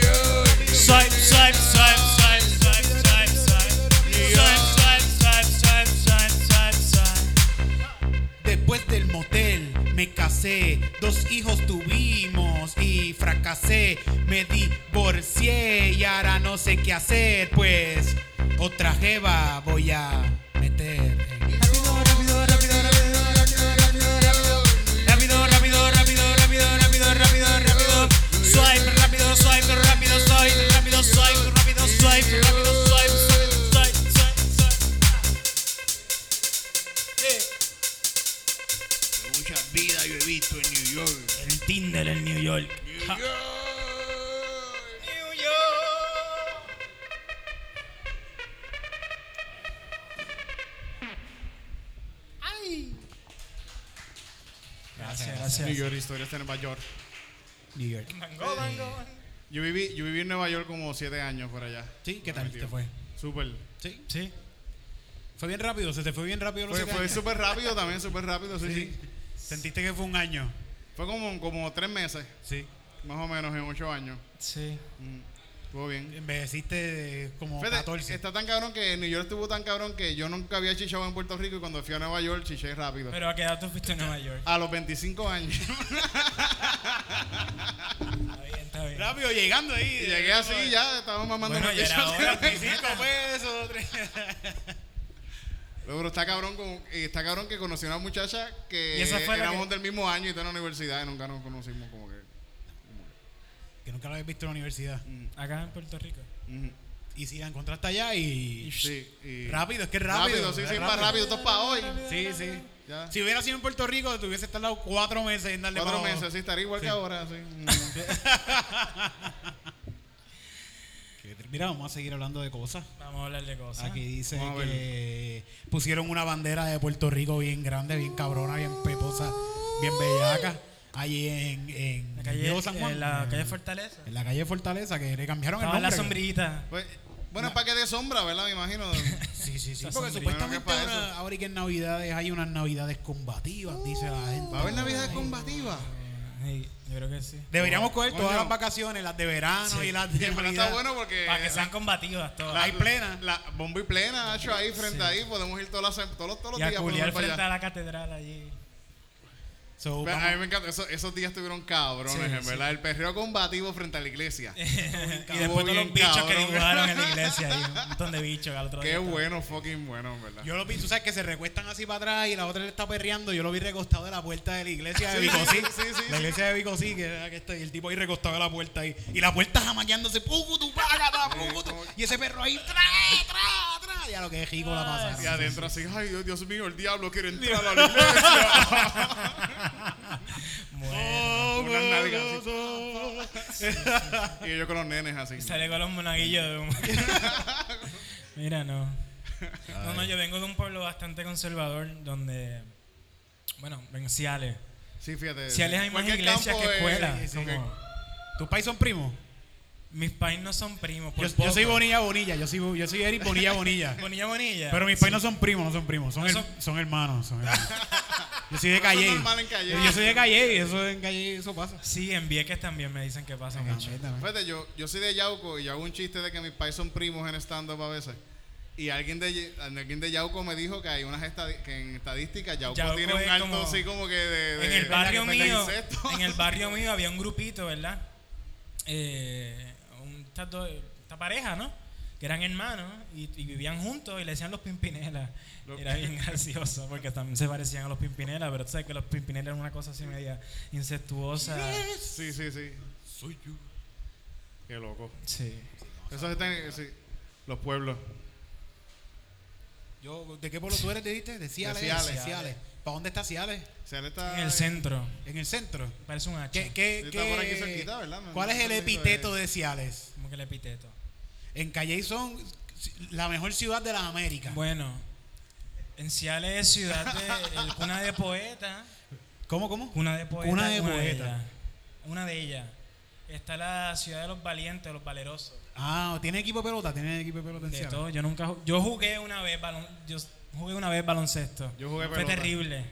[SPEAKER 4] York, New York, New York, New York. Swipe, swipe, swipe, swipe, swipe, swipe, swipe. Swipe, swipe, swipe, swipe, swipe, swipe, swipe.
[SPEAKER 3] Después del motel me casé, dos hijos tuvimos y fracasé, me divorcié y ahora no sé qué hacer, pues otra jeva voy a meter.
[SPEAKER 4] Rápido, rápido, rápido, rápido, rápido, rápido, rápido. Swipe, rápido, swipe, rápido, swipe, rápido, swipe, rápido, swipe, rápido, swipe, swipe, swipe, swipe, swipe. Eh.
[SPEAKER 5] Muchas vidas yo he visto en New York.
[SPEAKER 4] El Tinder en New York. Ja. New York. Gracias,
[SPEAKER 2] New
[SPEAKER 4] gracias.
[SPEAKER 2] York, historias de Nueva York.
[SPEAKER 3] New York.
[SPEAKER 4] Mango, mango.
[SPEAKER 2] Yo viví, yo viví en Nueva York como siete años por allá.
[SPEAKER 3] Sí, ¿qué tal
[SPEAKER 2] Ay, tío.
[SPEAKER 3] te fue?
[SPEAKER 2] Súper.
[SPEAKER 3] Sí,
[SPEAKER 4] Sí.
[SPEAKER 3] fue bien rápido, se te fue bien rápido los
[SPEAKER 2] Fue,
[SPEAKER 3] siete
[SPEAKER 2] fue
[SPEAKER 3] años?
[SPEAKER 2] súper rápido también, súper rápido, sí,
[SPEAKER 3] Sí.
[SPEAKER 2] sí.
[SPEAKER 3] Sentiste que fue un año.
[SPEAKER 2] Fue como, como tres meses,
[SPEAKER 3] Sí.
[SPEAKER 2] más o menos, en ocho años.
[SPEAKER 4] Sí.
[SPEAKER 2] Mm, Estuvo bien.
[SPEAKER 3] Envejeciste de como
[SPEAKER 2] Fíjate,
[SPEAKER 3] 14.
[SPEAKER 2] está tan cabrón que New York estuvo tan cabrón que yo nunca había chichado en Puerto Rico y cuando fui a Nueva York chiché rápido.
[SPEAKER 4] Pero a qué edad tú fuiste a Nueva York.
[SPEAKER 2] A los 25 años.
[SPEAKER 4] Está bien, está bien.
[SPEAKER 3] Rápido llegando ahí.
[SPEAKER 2] Y llegué así y ya, estábamos mamando
[SPEAKER 4] Bueno, ya era
[SPEAKER 2] noticias. <laughs>
[SPEAKER 4] hora,
[SPEAKER 3] 25
[SPEAKER 4] pues.
[SPEAKER 3] pesos, tres.
[SPEAKER 2] Pero pero está cabrón, con- y está cabrón que conocí a una muchacha que
[SPEAKER 4] Y esa fue la
[SPEAKER 2] éramos
[SPEAKER 4] que-
[SPEAKER 2] del mismo año y está en la universidad y nunca nos conocimos como que.
[SPEAKER 3] que nunca la habías visto en la universidad.
[SPEAKER 4] Acá en Puerto Rico.
[SPEAKER 2] ujú.
[SPEAKER 3] Y si la encontraste allá y.
[SPEAKER 2] Sí, y-
[SPEAKER 3] Rápido, es que es rápido.
[SPEAKER 2] sí,
[SPEAKER 3] es
[SPEAKER 2] sí, más rápido, esto es para hoy.
[SPEAKER 3] Sí, sí.
[SPEAKER 2] Ya.
[SPEAKER 3] Si hubiera sido en Puerto Rico, te hubiese tardado cuatro meses en darle
[SPEAKER 2] Cuatro
[SPEAKER 3] para abajo.
[SPEAKER 2] meses, sí, estaría igual que ahora, sí. Mm.
[SPEAKER 3] Que- Mira, vamos a seguir hablando de cosas.
[SPEAKER 4] Vamos a hablar de cosas.
[SPEAKER 3] Aquí dice
[SPEAKER 2] Vamos a
[SPEAKER 3] que pusieron una bandera de Puerto Rico bien grande, bien cabrona, bien peposa, bien bellaca. Allí en, en
[SPEAKER 4] La calle,
[SPEAKER 3] Diego San Juan.
[SPEAKER 4] eh, la calle Fortaleza.
[SPEAKER 3] En la calle Fortaleza, que le cambiaron
[SPEAKER 4] Estaba
[SPEAKER 3] el
[SPEAKER 4] la
[SPEAKER 3] nombre.
[SPEAKER 4] sombrillita.
[SPEAKER 2] Pues, bueno, es para que dé sombra, ¿verdad? Me imagino.
[SPEAKER 3] Sí, sí, sí.
[SPEAKER 4] La
[SPEAKER 3] Porque
[SPEAKER 4] sombrilla.
[SPEAKER 3] supuestamente
[SPEAKER 2] Bueno, ¿qué pasa?
[SPEAKER 3] ahora, ahora y que en Navidades hay unas Navidades combativas, dice la gente.
[SPEAKER 2] ¿Va a haber Navidad combativa?
[SPEAKER 4] Sí, yo creo que sí.
[SPEAKER 3] Deberíamos coger todas
[SPEAKER 2] Coño.
[SPEAKER 3] las vacaciones, las de verano
[SPEAKER 4] Sí.
[SPEAKER 3] y las
[SPEAKER 2] Y
[SPEAKER 3] de
[SPEAKER 2] en verdad
[SPEAKER 3] Navidad.
[SPEAKER 2] está bueno porque.
[SPEAKER 4] Para que sean combativas todas.
[SPEAKER 3] Hay plena.
[SPEAKER 2] La bomba y plena, Nacho, ahí frente
[SPEAKER 4] Sí.
[SPEAKER 2] ahí. Podemos ir todas las, sem- todos los, todos los
[SPEAKER 4] Y a
[SPEAKER 2] días. podemos
[SPEAKER 4] culiar
[SPEAKER 2] ir para
[SPEAKER 4] frente
[SPEAKER 2] allá.
[SPEAKER 4] a la catedral allí.
[SPEAKER 3] So,
[SPEAKER 2] Ve, A mí
[SPEAKER 3] vamos-
[SPEAKER 2] me encanta. Esos, esos días estuvieron cabrones,
[SPEAKER 4] Sí,
[SPEAKER 2] en
[SPEAKER 4] sí.
[SPEAKER 2] verdad. El perreo combativo frente a
[SPEAKER 4] <laughs>
[SPEAKER 2] la iglesia.
[SPEAKER 4] y después todos
[SPEAKER 2] bien
[SPEAKER 4] los bichos que
[SPEAKER 2] cabrón.
[SPEAKER 4] dibujaron en la iglesia ahí. Un montón de bichos al otro
[SPEAKER 2] Qué
[SPEAKER 4] día.
[SPEAKER 2] bueno, fucking bueno, en verdad.
[SPEAKER 3] yo lo vi, tú sabes que se recuestan así para atrás y la otra le está perreando. Yo lo vi recostado de la puerta de la iglesia de
[SPEAKER 2] Sí,
[SPEAKER 3] Vicosí.
[SPEAKER 2] sí, sí, sí,
[SPEAKER 3] la
[SPEAKER 2] sí.
[SPEAKER 3] iglesia de Vicosí, que era que está- y el tipo ahí recostado de la puerta ahí. Y la puerta jamaqueándose. pucutu, págata, pucutu.
[SPEAKER 2] como-
[SPEAKER 3] Y ese perro ahí, tra, tra, tra. Ya lo que es rico la
[SPEAKER 2] Y
[SPEAKER 3] pasaron.
[SPEAKER 2] adentro así, ay Dios, Dios mío, el diablo quiere entrar a la
[SPEAKER 4] <laughs>
[SPEAKER 2] iglesia. Oh.
[SPEAKER 4] Bueno.
[SPEAKER 2] Unas nalgas así. <laughs> Y yo con los nenes así.
[SPEAKER 4] Y sale con los monaguillos de
[SPEAKER 2] <laughs>
[SPEAKER 4] humo. Mira, no. No, no, yo vengo de un pueblo bastante conservador donde. Bueno, en Ciales.
[SPEAKER 2] Sí, fíjate.
[SPEAKER 4] Ciales hay más
[SPEAKER 2] cualquier
[SPEAKER 4] iglesias
[SPEAKER 2] campo
[SPEAKER 4] que
[SPEAKER 2] es-
[SPEAKER 4] escuelas.
[SPEAKER 2] sí,
[SPEAKER 4] como-
[SPEAKER 3] ¿Tus pais son primos?
[SPEAKER 4] Mis pais no son primos.
[SPEAKER 3] Yo,
[SPEAKER 4] Por
[SPEAKER 3] yo soy
[SPEAKER 4] poco.
[SPEAKER 3] Bonilla Bonilla. Yo soy, yo soy Eric Bonilla
[SPEAKER 2] <laughs>
[SPEAKER 3] Bonilla.
[SPEAKER 4] Bonilla Bonilla.
[SPEAKER 3] Pero mis pais no son primos, no son primos, son,
[SPEAKER 4] No
[SPEAKER 3] her-
[SPEAKER 4] son-
[SPEAKER 3] son hermanos, son
[SPEAKER 2] <laughs>
[SPEAKER 3] hermanos. Yo soy de
[SPEAKER 2] Eso es
[SPEAKER 3] Calle.
[SPEAKER 2] normal en Calle.
[SPEAKER 3] Yo soy de Calle y eso en Calle eso pasa.
[SPEAKER 4] Sí, en Vieques también me dicen que pasa mucho.
[SPEAKER 2] Fíjate, yo, yo soy de Yauco y yo hago un chiste de que mis pais son primos en stand-up a veces. Y alguien de, alguien de Yauco me dijo que hay unas estadi- que en estadísticas Yauco,
[SPEAKER 4] Yauco
[SPEAKER 2] tiene un
[SPEAKER 4] es
[SPEAKER 2] alto
[SPEAKER 4] como-
[SPEAKER 2] así como que de, de-
[SPEAKER 4] en el
[SPEAKER 2] de-
[SPEAKER 4] barrio
[SPEAKER 2] de
[SPEAKER 4] mío,
[SPEAKER 2] insectos.
[SPEAKER 4] en el barrio mío había un grupito, ¿verdad? Eh, un- estas dos- esta pareja, ¿no? que eran hermanos y, y vivían juntos y le decían los Pimpinela. Era bien <laughs> gracioso porque también se parecían a los Pimpinela, pero tú sabes que los Pimpinela eran una cosa así media incestuosa.
[SPEAKER 2] <laughs> Sí, sí, sí. Soy yo. Qué loco.
[SPEAKER 4] Sí.
[SPEAKER 2] Esos están en- sí, los pueblos.
[SPEAKER 3] Yo, ¿De qué pueblo tú eres, dijiste? De Ciales.
[SPEAKER 2] De
[SPEAKER 3] De
[SPEAKER 2] Ciales.
[SPEAKER 3] Ciales. ¿Para dónde está Ciales?
[SPEAKER 2] Se le está
[SPEAKER 4] En el centro.
[SPEAKER 3] En el centro.
[SPEAKER 4] Parece un H.
[SPEAKER 3] ¿Qué, qué,
[SPEAKER 2] Está por aquí
[SPEAKER 3] qué-
[SPEAKER 2] cerquita, ¿verdad? No-
[SPEAKER 3] ¿Cuál
[SPEAKER 2] no
[SPEAKER 3] es el
[SPEAKER 2] sé si
[SPEAKER 3] epíteto
[SPEAKER 2] es.
[SPEAKER 3] de Ciales?
[SPEAKER 4] Como que el epíteto.
[SPEAKER 3] En Calle son la mejor ciudad de las Américas.
[SPEAKER 4] Bueno, en Ciales es ciudad de el cuna de poeta.
[SPEAKER 3] ¿Cómo, cómo?
[SPEAKER 4] Cuna de poeta.
[SPEAKER 3] Cuna de
[SPEAKER 4] de
[SPEAKER 3] poeta.
[SPEAKER 4] ellas. Una de ellas. Está la ciudad de los valientes, los valerosos.
[SPEAKER 3] Ah, ¿tiene equipo de pelota? ¿Tiene equipo de pelota en
[SPEAKER 4] De
[SPEAKER 3] Ciales?
[SPEAKER 4] todo, yo nunca ju- yo jugué una vez balon, yo s- jugué una vez baloncesto.
[SPEAKER 2] Yo jugué
[SPEAKER 4] Fue
[SPEAKER 2] pelota.
[SPEAKER 4] terrible.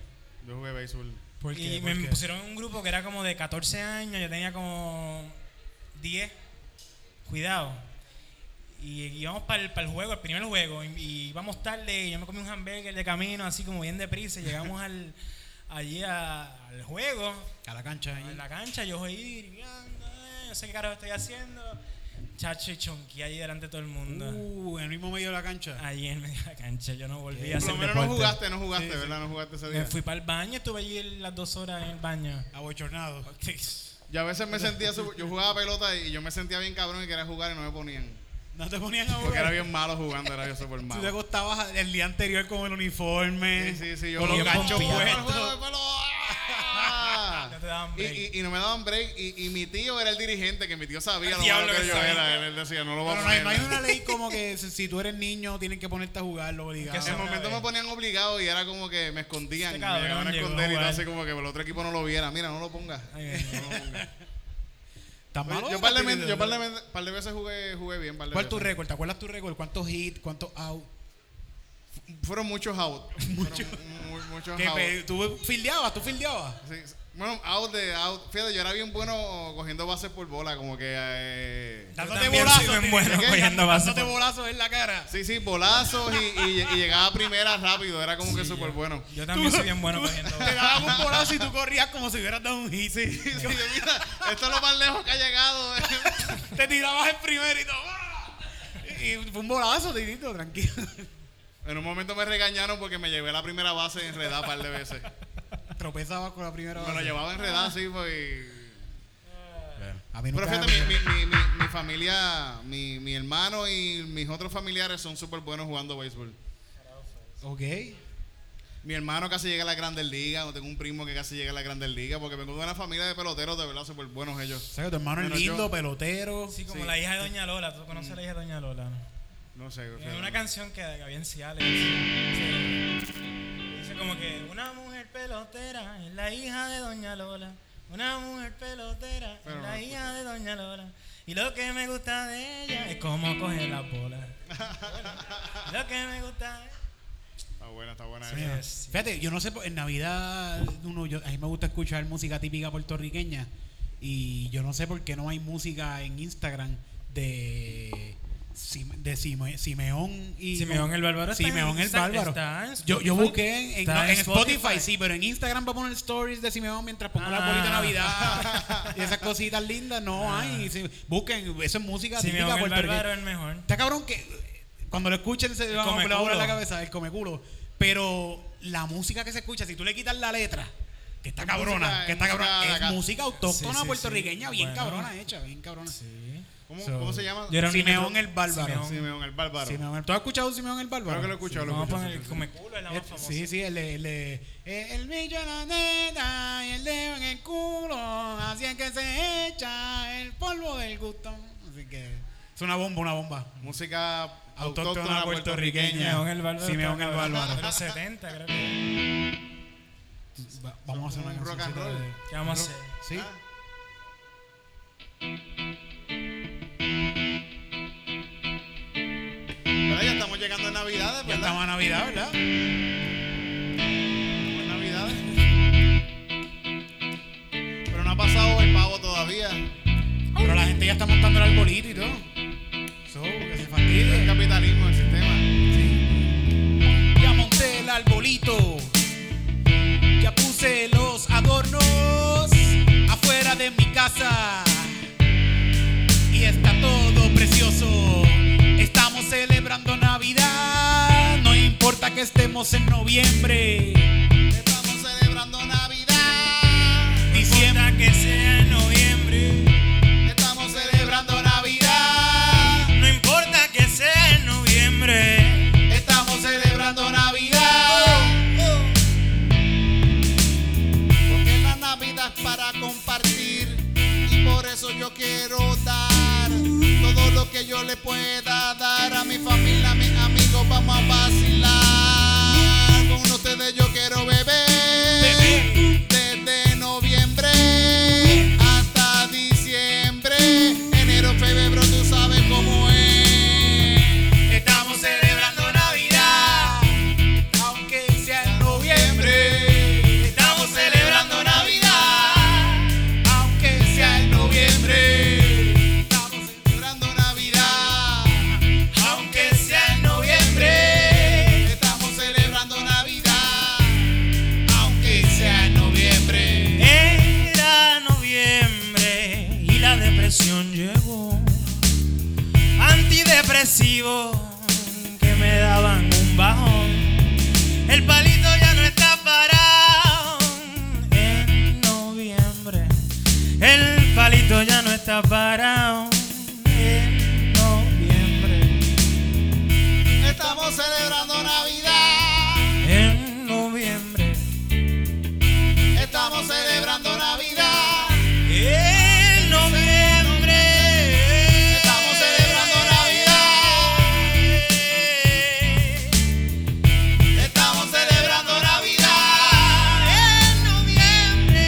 [SPEAKER 2] Yo jugué béisbol.
[SPEAKER 3] ¿Por qué?
[SPEAKER 4] y
[SPEAKER 3] ¿Por
[SPEAKER 4] me
[SPEAKER 3] qué?
[SPEAKER 4] pusieron en un grupo que era como de 14 años, yo tenía como 10. Cuidado. Y íbamos para el, juego, el primer juego, y, y íbamos tarde, y yo me comí un hamburger de camino, así como bien deprisa, y llegamos al, <laughs> allí a- al juego,
[SPEAKER 3] A la cancha. ahí.
[SPEAKER 4] en la cancha, yo ahí mirando, eh, no sé qué carajo estoy haciendo. Chacho, y chonqué allí delante de todo el mundo.
[SPEAKER 3] Uh, en el mismo medio de la cancha.
[SPEAKER 4] Allí en medio de la cancha, yo no volví a
[SPEAKER 2] Por
[SPEAKER 4] hacer
[SPEAKER 2] lo menos no
[SPEAKER 4] deporte.
[SPEAKER 2] jugaste, no jugaste,
[SPEAKER 3] Sí, sí.
[SPEAKER 2] ¿verdad? No jugaste ese
[SPEAKER 4] Me
[SPEAKER 2] día.
[SPEAKER 4] fui para el baño, estuve allí las dos horas en el baño. <laughs>
[SPEAKER 3] Abochornado.
[SPEAKER 2] Yo a veces me sentía, su- yo jugaba pelota y yo me sentía bien cabrón y quería jugar y no me ponían.
[SPEAKER 3] No te ponían a jugar.
[SPEAKER 2] Porque era bien malo jugando, era yo súper
[SPEAKER 3] Tú te
[SPEAKER 2] malo.
[SPEAKER 3] acostabas el día anterior con el uniforme.
[SPEAKER 2] Sí, sí, sí, yo
[SPEAKER 3] Con los
[SPEAKER 2] jugaba,
[SPEAKER 3] ganchos
[SPEAKER 2] jugaba,
[SPEAKER 4] puestos.
[SPEAKER 2] jugaba, jugaba.
[SPEAKER 4] No te daban break.
[SPEAKER 2] Y, y- y no me daban break y, y mi tío era el dirigente, que mi tío sabía lo
[SPEAKER 4] Diablo,
[SPEAKER 2] malo que
[SPEAKER 4] que
[SPEAKER 2] yo
[SPEAKER 4] sabía.
[SPEAKER 2] era. Él, él decía, no lo voy a
[SPEAKER 3] Pero no hay,
[SPEAKER 2] poner.
[SPEAKER 3] no hay una
[SPEAKER 2] <laughs>
[SPEAKER 3] ley como que si, si tú eres niño tienes que ponerte a jugarlo
[SPEAKER 4] Que
[SPEAKER 3] obligado.
[SPEAKER 2] En
[SPEAKER 4] se-
[SPEAKER 2] el momento me ponían obligado y era como que me escondían.
[SPEAKER 4] Este
[SPEAKER 2] me
[SPEAKER 4] cabrón
[SPEAKER 2] llegaban a
[SPEAKER 4] llegó a
[SPEAKER 2] esconder y
[SPEAKER 4] jugar.
[SPEAKER 2] entonces como que el otro equipo no lo viera. Mira, no lo pongas.
[SPEAKER 4] Ay, ay,
[SPEAKER 2] No lo pongas.
[SPEAKER 3] ¿Tan
[SPEAKER 2] Oye,
[SPEAKER 3] malo
[SPEAKER 2] Yo
[SPEAKER 3] o
[SPEAKER 2] par de,
[SPEAKER 3] tan
[SPEAKER 2] men- yo par de
[SPEAKER 3] lindo?
[SPEAKER 2] men- par de veces jugué, jugué bien. Par de
[SPEAKER 3] ¿Cuál tu
[SPEAKER 2] veces.
[SPEAKER 3] récord? ¿Te acuerdas tu récord? ¿Cuántos hits? ¿Cuántos out?
[SPEAKER 2] Fueron muchos out. Muchos. Muchos
[SPEAKER 3] Que
[SPEAKER 2] out.
[SPEAKER 3] pe- ¿Tú fildeabas? ¿Tú fildeabas?
[SPEAKER 2] Sí, sí. Bueno, out de out. Fíjate, yo era bien bueno cogiendo bases por bola, como que. eh,
[SPEAKER 3] Dándote
[SPEAKER 4] también
[SPEAKER 3] bolazos.
[SPEAKER 4] soy bien
[SPEAKER 3] tío.
[SPEAKER 2] <laughs>
[SPEAKER 4] bueno
[SPEAKER 3] ¿Qué?
[SPEAKER 4] cogiendo bases
[SPEAKER 3] Dándote
[SPEAKER 4] por-
[SPEAKER 3] bolazos en la cara.
[SPEAKER 2] sí, sí, bolazos y, y- y llegaba a primera rápido, era como que súper bueno. <laughs>
[SPEAKER 4] Yo también
[SPEAKER 3] Tú-
[SPEAKER 4] soy bien bueno
[SPEAKER 3] tú-
[SPEAKER 4] cogiendo.
[SPEAKER 3] Te daban un bolazo y tú corrías como si hubieras dado un hit.
[SPEAKER 4] <laughs>
[SPEAKER 2] Sí, yo, mira, esto es lo más lejos que ha llegado. eh".
[SPEAKER 3] Te tirabas el primero y todo. ¡ah! Y y fue un bolazo, Titito, tranquilo.
[SPEAKER 2] <laughs> en un momento me regañaron porque me llevé la primera base enredada par de veces.
[SPEAKER 3] Tropezabas con la primera
[SPEAKER 2] Me lo
[SPEAKER 3] base.
[SPEAKER 2] llevaba enredada así, pues. y-
[SPEAKER 3] A mí
[SPEAKER 2] Pero
[SPEAKER 3] nunca-
[SPEAKER 2] fíjate, mi, mi- mi- mi- mi familia, mi, mi hermano y mis otros familiares son súper buenos jugando béisbol.
[SPEAKER 3] Ok.
[SPEAKER 2] Mi hermano casi llega a la Grandes Ligas, o tengo un primo que casi llega a la Grandes Ligas, porque vengo de una familia de peloteros de verdad súper buenos
[SPEAKER 3] O
[SPEAKER 2] ellos.
[SPEAKER 3] sea, que tu hermano
[SPEAKER 2] Bueno,
[SPEAKER 3] es lindo,
[SPEAKER 2] yo-
[SPEAKER 3] pelotero.
[SPEAKER 4] Sí, como
[SPEAKER 2] Sí.
[SPEAKER 4] la hija de Doña Lola. ¿Tú conoces a la hija de Doña Lola?
[SPEAKER 2] No sé. o sea,
[SPEAKER 4] En una
[SPEAKER 2] no.
[SPEAKER 4] canción que había en Ciales. sí. Dice como que una mujer pelotera es la hija de Doña Lola. Una mujer pelotera es
[SPEAKER 2] Pero
[SPEAKER 4] la
[SPEAKER 2] no
[SPEAKER 4] hija de Doña Lola. Y lo que me gusta de ella es cómo coge la bola.
[SPEAKER 2] <laughs>
[SPEAKER 4] lo que me gusta es...
[SPEAKER 2] Está buena, está buena.
[SPEAKER 4] Sí.
[SPEAKER 2] esa.
[SPEAKER 4] sí.
[SPEAKER 3] Fíjate, yo no sé, en Navidad uno, yo, a mí me gusta escuchar música típica puertorriqueña y yo no sé por qué no hay música en Instagram de, Sim- de Sime- Simeón y...
[SPEAKER 4] Simeón el Bárbaro está en
[SPEAKER 3] Simeón el
[SPEAKER 4] Insta-
[SPEAKER 3] Bárbaro.
[SPEAKER 4] está en
[SPEAKER 3] yo, yo
[SPEAKER 4] Spotify.
[SPEAKER 3] busqué en, en-
[SPEAKER 4] Está
[SPEAKER 3] no,
[SPEAKER 4] en
[SPEAKER 3] en Spotify,
[SPEAKER 4] Spotify.
[SPEAKER 3] sí, pero en Instagram va a poner stories de Simeón mientras pongo la
[SPEAKER 4] Ah.
[SPEAKER 3] bolita de
[SPEAKER 4] <laughs>
[SPEAKER 3] Navidad y esas cositas lindas, no
[SPEAKER 4] Ah.
[SPEAKER 3] hay. Sí, busquen, eso es música
[SPEAKER 4] Simeón
[SPEAKER 3] típica
[SPEAKER 4] el
[SPEAKER 3] puertorriqueña.
[SPEAKER 4] Bárbaro es el mejor.
[SPEAKER 3] Está cabrón que eh, cuando lo escuchen se van a
[SPEAKER 4] come
[SPEAKER 3] volar ahora
[SPEAKER 4] culo.
[SPEAKER 3] la cabeza, el come culo. Pero la música que se escucha, si tú le quitas la letra, que está
[SPEAKER 2] Música-
[SPEAKER 3] cabrona, que está
[SPEAKER 2] música
[SPEAKER 3] cabrona,
[SPEAKER 2] de
[SPEAKER 3] es
[SPEAKER 2] acá.
[SPEAKER 3] música autóctona
[SPEAKER 4] Sí, sí,
[SPEAKER 3] puertorriqueña,
[SPEAKER 4] sí.
[SPEAKER 3] bien
[SPEAKER 4] Bueno.
[SPEAKER 3] cabrona hecha, bien cabrona.
[SPEAKER 4] Sí.
[SPEAKER 2] ¿Cómo,
[SPEAKER 3] So-
[SPEAKER 2] ¿Cómo se llama?
[SPEAKER 4] Yo era un
[SPEAKER 3] Simeón
[SPEAKER 4] niño-
[SPEAKER 3] el Bárbaro.
[SPEAKER 4] Simeón.
[SPEAKER 2] Simeón el Bárbaro.
[SPEAKER 3] Simeón el- ¿Tú has escuchado Simeón el Bárbaro?
[SPEAKER 2] Creo que lo he escuchado. lo he
[SPEAKER 4] Vamos a
[SPEAKER 2] escuchado,
[SPEAKER 4] poner el
[SPEAKER 2] sí, sí,
[SPEAKER 4] come culo, es la más
[SPEAKER 3] Eh,
[SPEAKER 4] famosa.
[SPEAKER 3] Sí, sí, el de, el de eh, El brillo en la nena y el dedo en el culo Así es que se echa el polvo del gusto Así que es una bomba, una bomba
[SPEAKER 2] sí. Música
[SPEAKER 3] Autóctona
[SPEAKER 2] autóctona puertorriqueña.
[SPEAKER 3] puertorriqueña.
[SPEAKER 4] Simeón el Bárbaro.
[SPEAKER 3] Simeón
[SPEAKER 4] está
[SPEAKER 3] el Bárbaro.
[SPEAKER 4] De los 70, creo que.
[SPEAKER 3] Va- Vamos a hacer
[SPEAKER 2] Un
[SPEAKER 3] una
[SPEAKER 2] rock and
[SPEAKER 3] cancioncita
[SPEAKER 2] roll.
[SPEAKER 3] de-
[SPEAKER 4] ¿Qué vamos a hacer?
[SPEAKER 3] Sí.
[SPEAKER 2] Ah. Pero ya estamos llegando a Navidades,
[SPEAKER 3] Ya
[SPEAKER 2] ¿verdad?
[SPEAKER 3] estamos a Navidad, ¿verdad?
[SPEAKER 2] Estamos en Navidades. Pero no ha pasado el pavo todavía.
[SPEAKER 3] Pero la gente ya está montando el arbolito y todo. So, que se
[SPEAKER 2] El
[SPEAKER 3] fastidie.
[SPEAKER 2] capitalismo, el sistema.
[SPEAKER 3] Ya monté el arbolito. Ya puse los adornos afuera de mi casa. Y está todo precioso. Estamos que estemos en noviembre,
[SPEAKER 2] Estamos celebrando Navidad.
[SPEAKER 4] Diciembre que sea en noviembre.
[SPEAKER 2] Estamos celebrando Navidad.
[SPEAKER 4] No importa que sea en noviembre.
[SPEAKER 2] Estamos celebrando Navidad. Porque la Navidad es para compartir. Y por eso yo quiero dar todo lo que yo le pueda dar a mi familia, a mis amigos. Vamos a vacilar. Con ustedes yo quiero beber. Desde noviembre hasta diciembre. Enero, febrero, tú sabes cómo es.
[SPEAKER 4] Estamos celebrando Navidad.
[SPEAKER 3] aunque sea en noviembre,
[SPEAKER 4] Estamos celebrando Navidad.
[SPEAKER 3] aunque sea en noviembre,
[SPEAKER 2] Estamos celebrando Navidad.
[SPEAKER 4] Aunque sea en noviembre.
[SPEAKER 2] Estamos celebrando Navidad. Aunque sea en noviembre.
[SPEAKER 4] Era noviembre y la depresión llegó. Antidepresivo que me daban un bajón. El palito ya no está parado. En noviembre. El palito ya no está parado. En noviembre.
[SPEAKER 2] Estamos celebrando Navidad.
[SPEAKER 4] En noviembre.
[SPEAKER 2] Estamos celebrando Navidad.
[SPEAKER 4] En noviembre.
[SPEAKER 2] Estamos celebrando Navidad. Estamos celebrando Navidad.
[SPEAKER 4] En noviembre.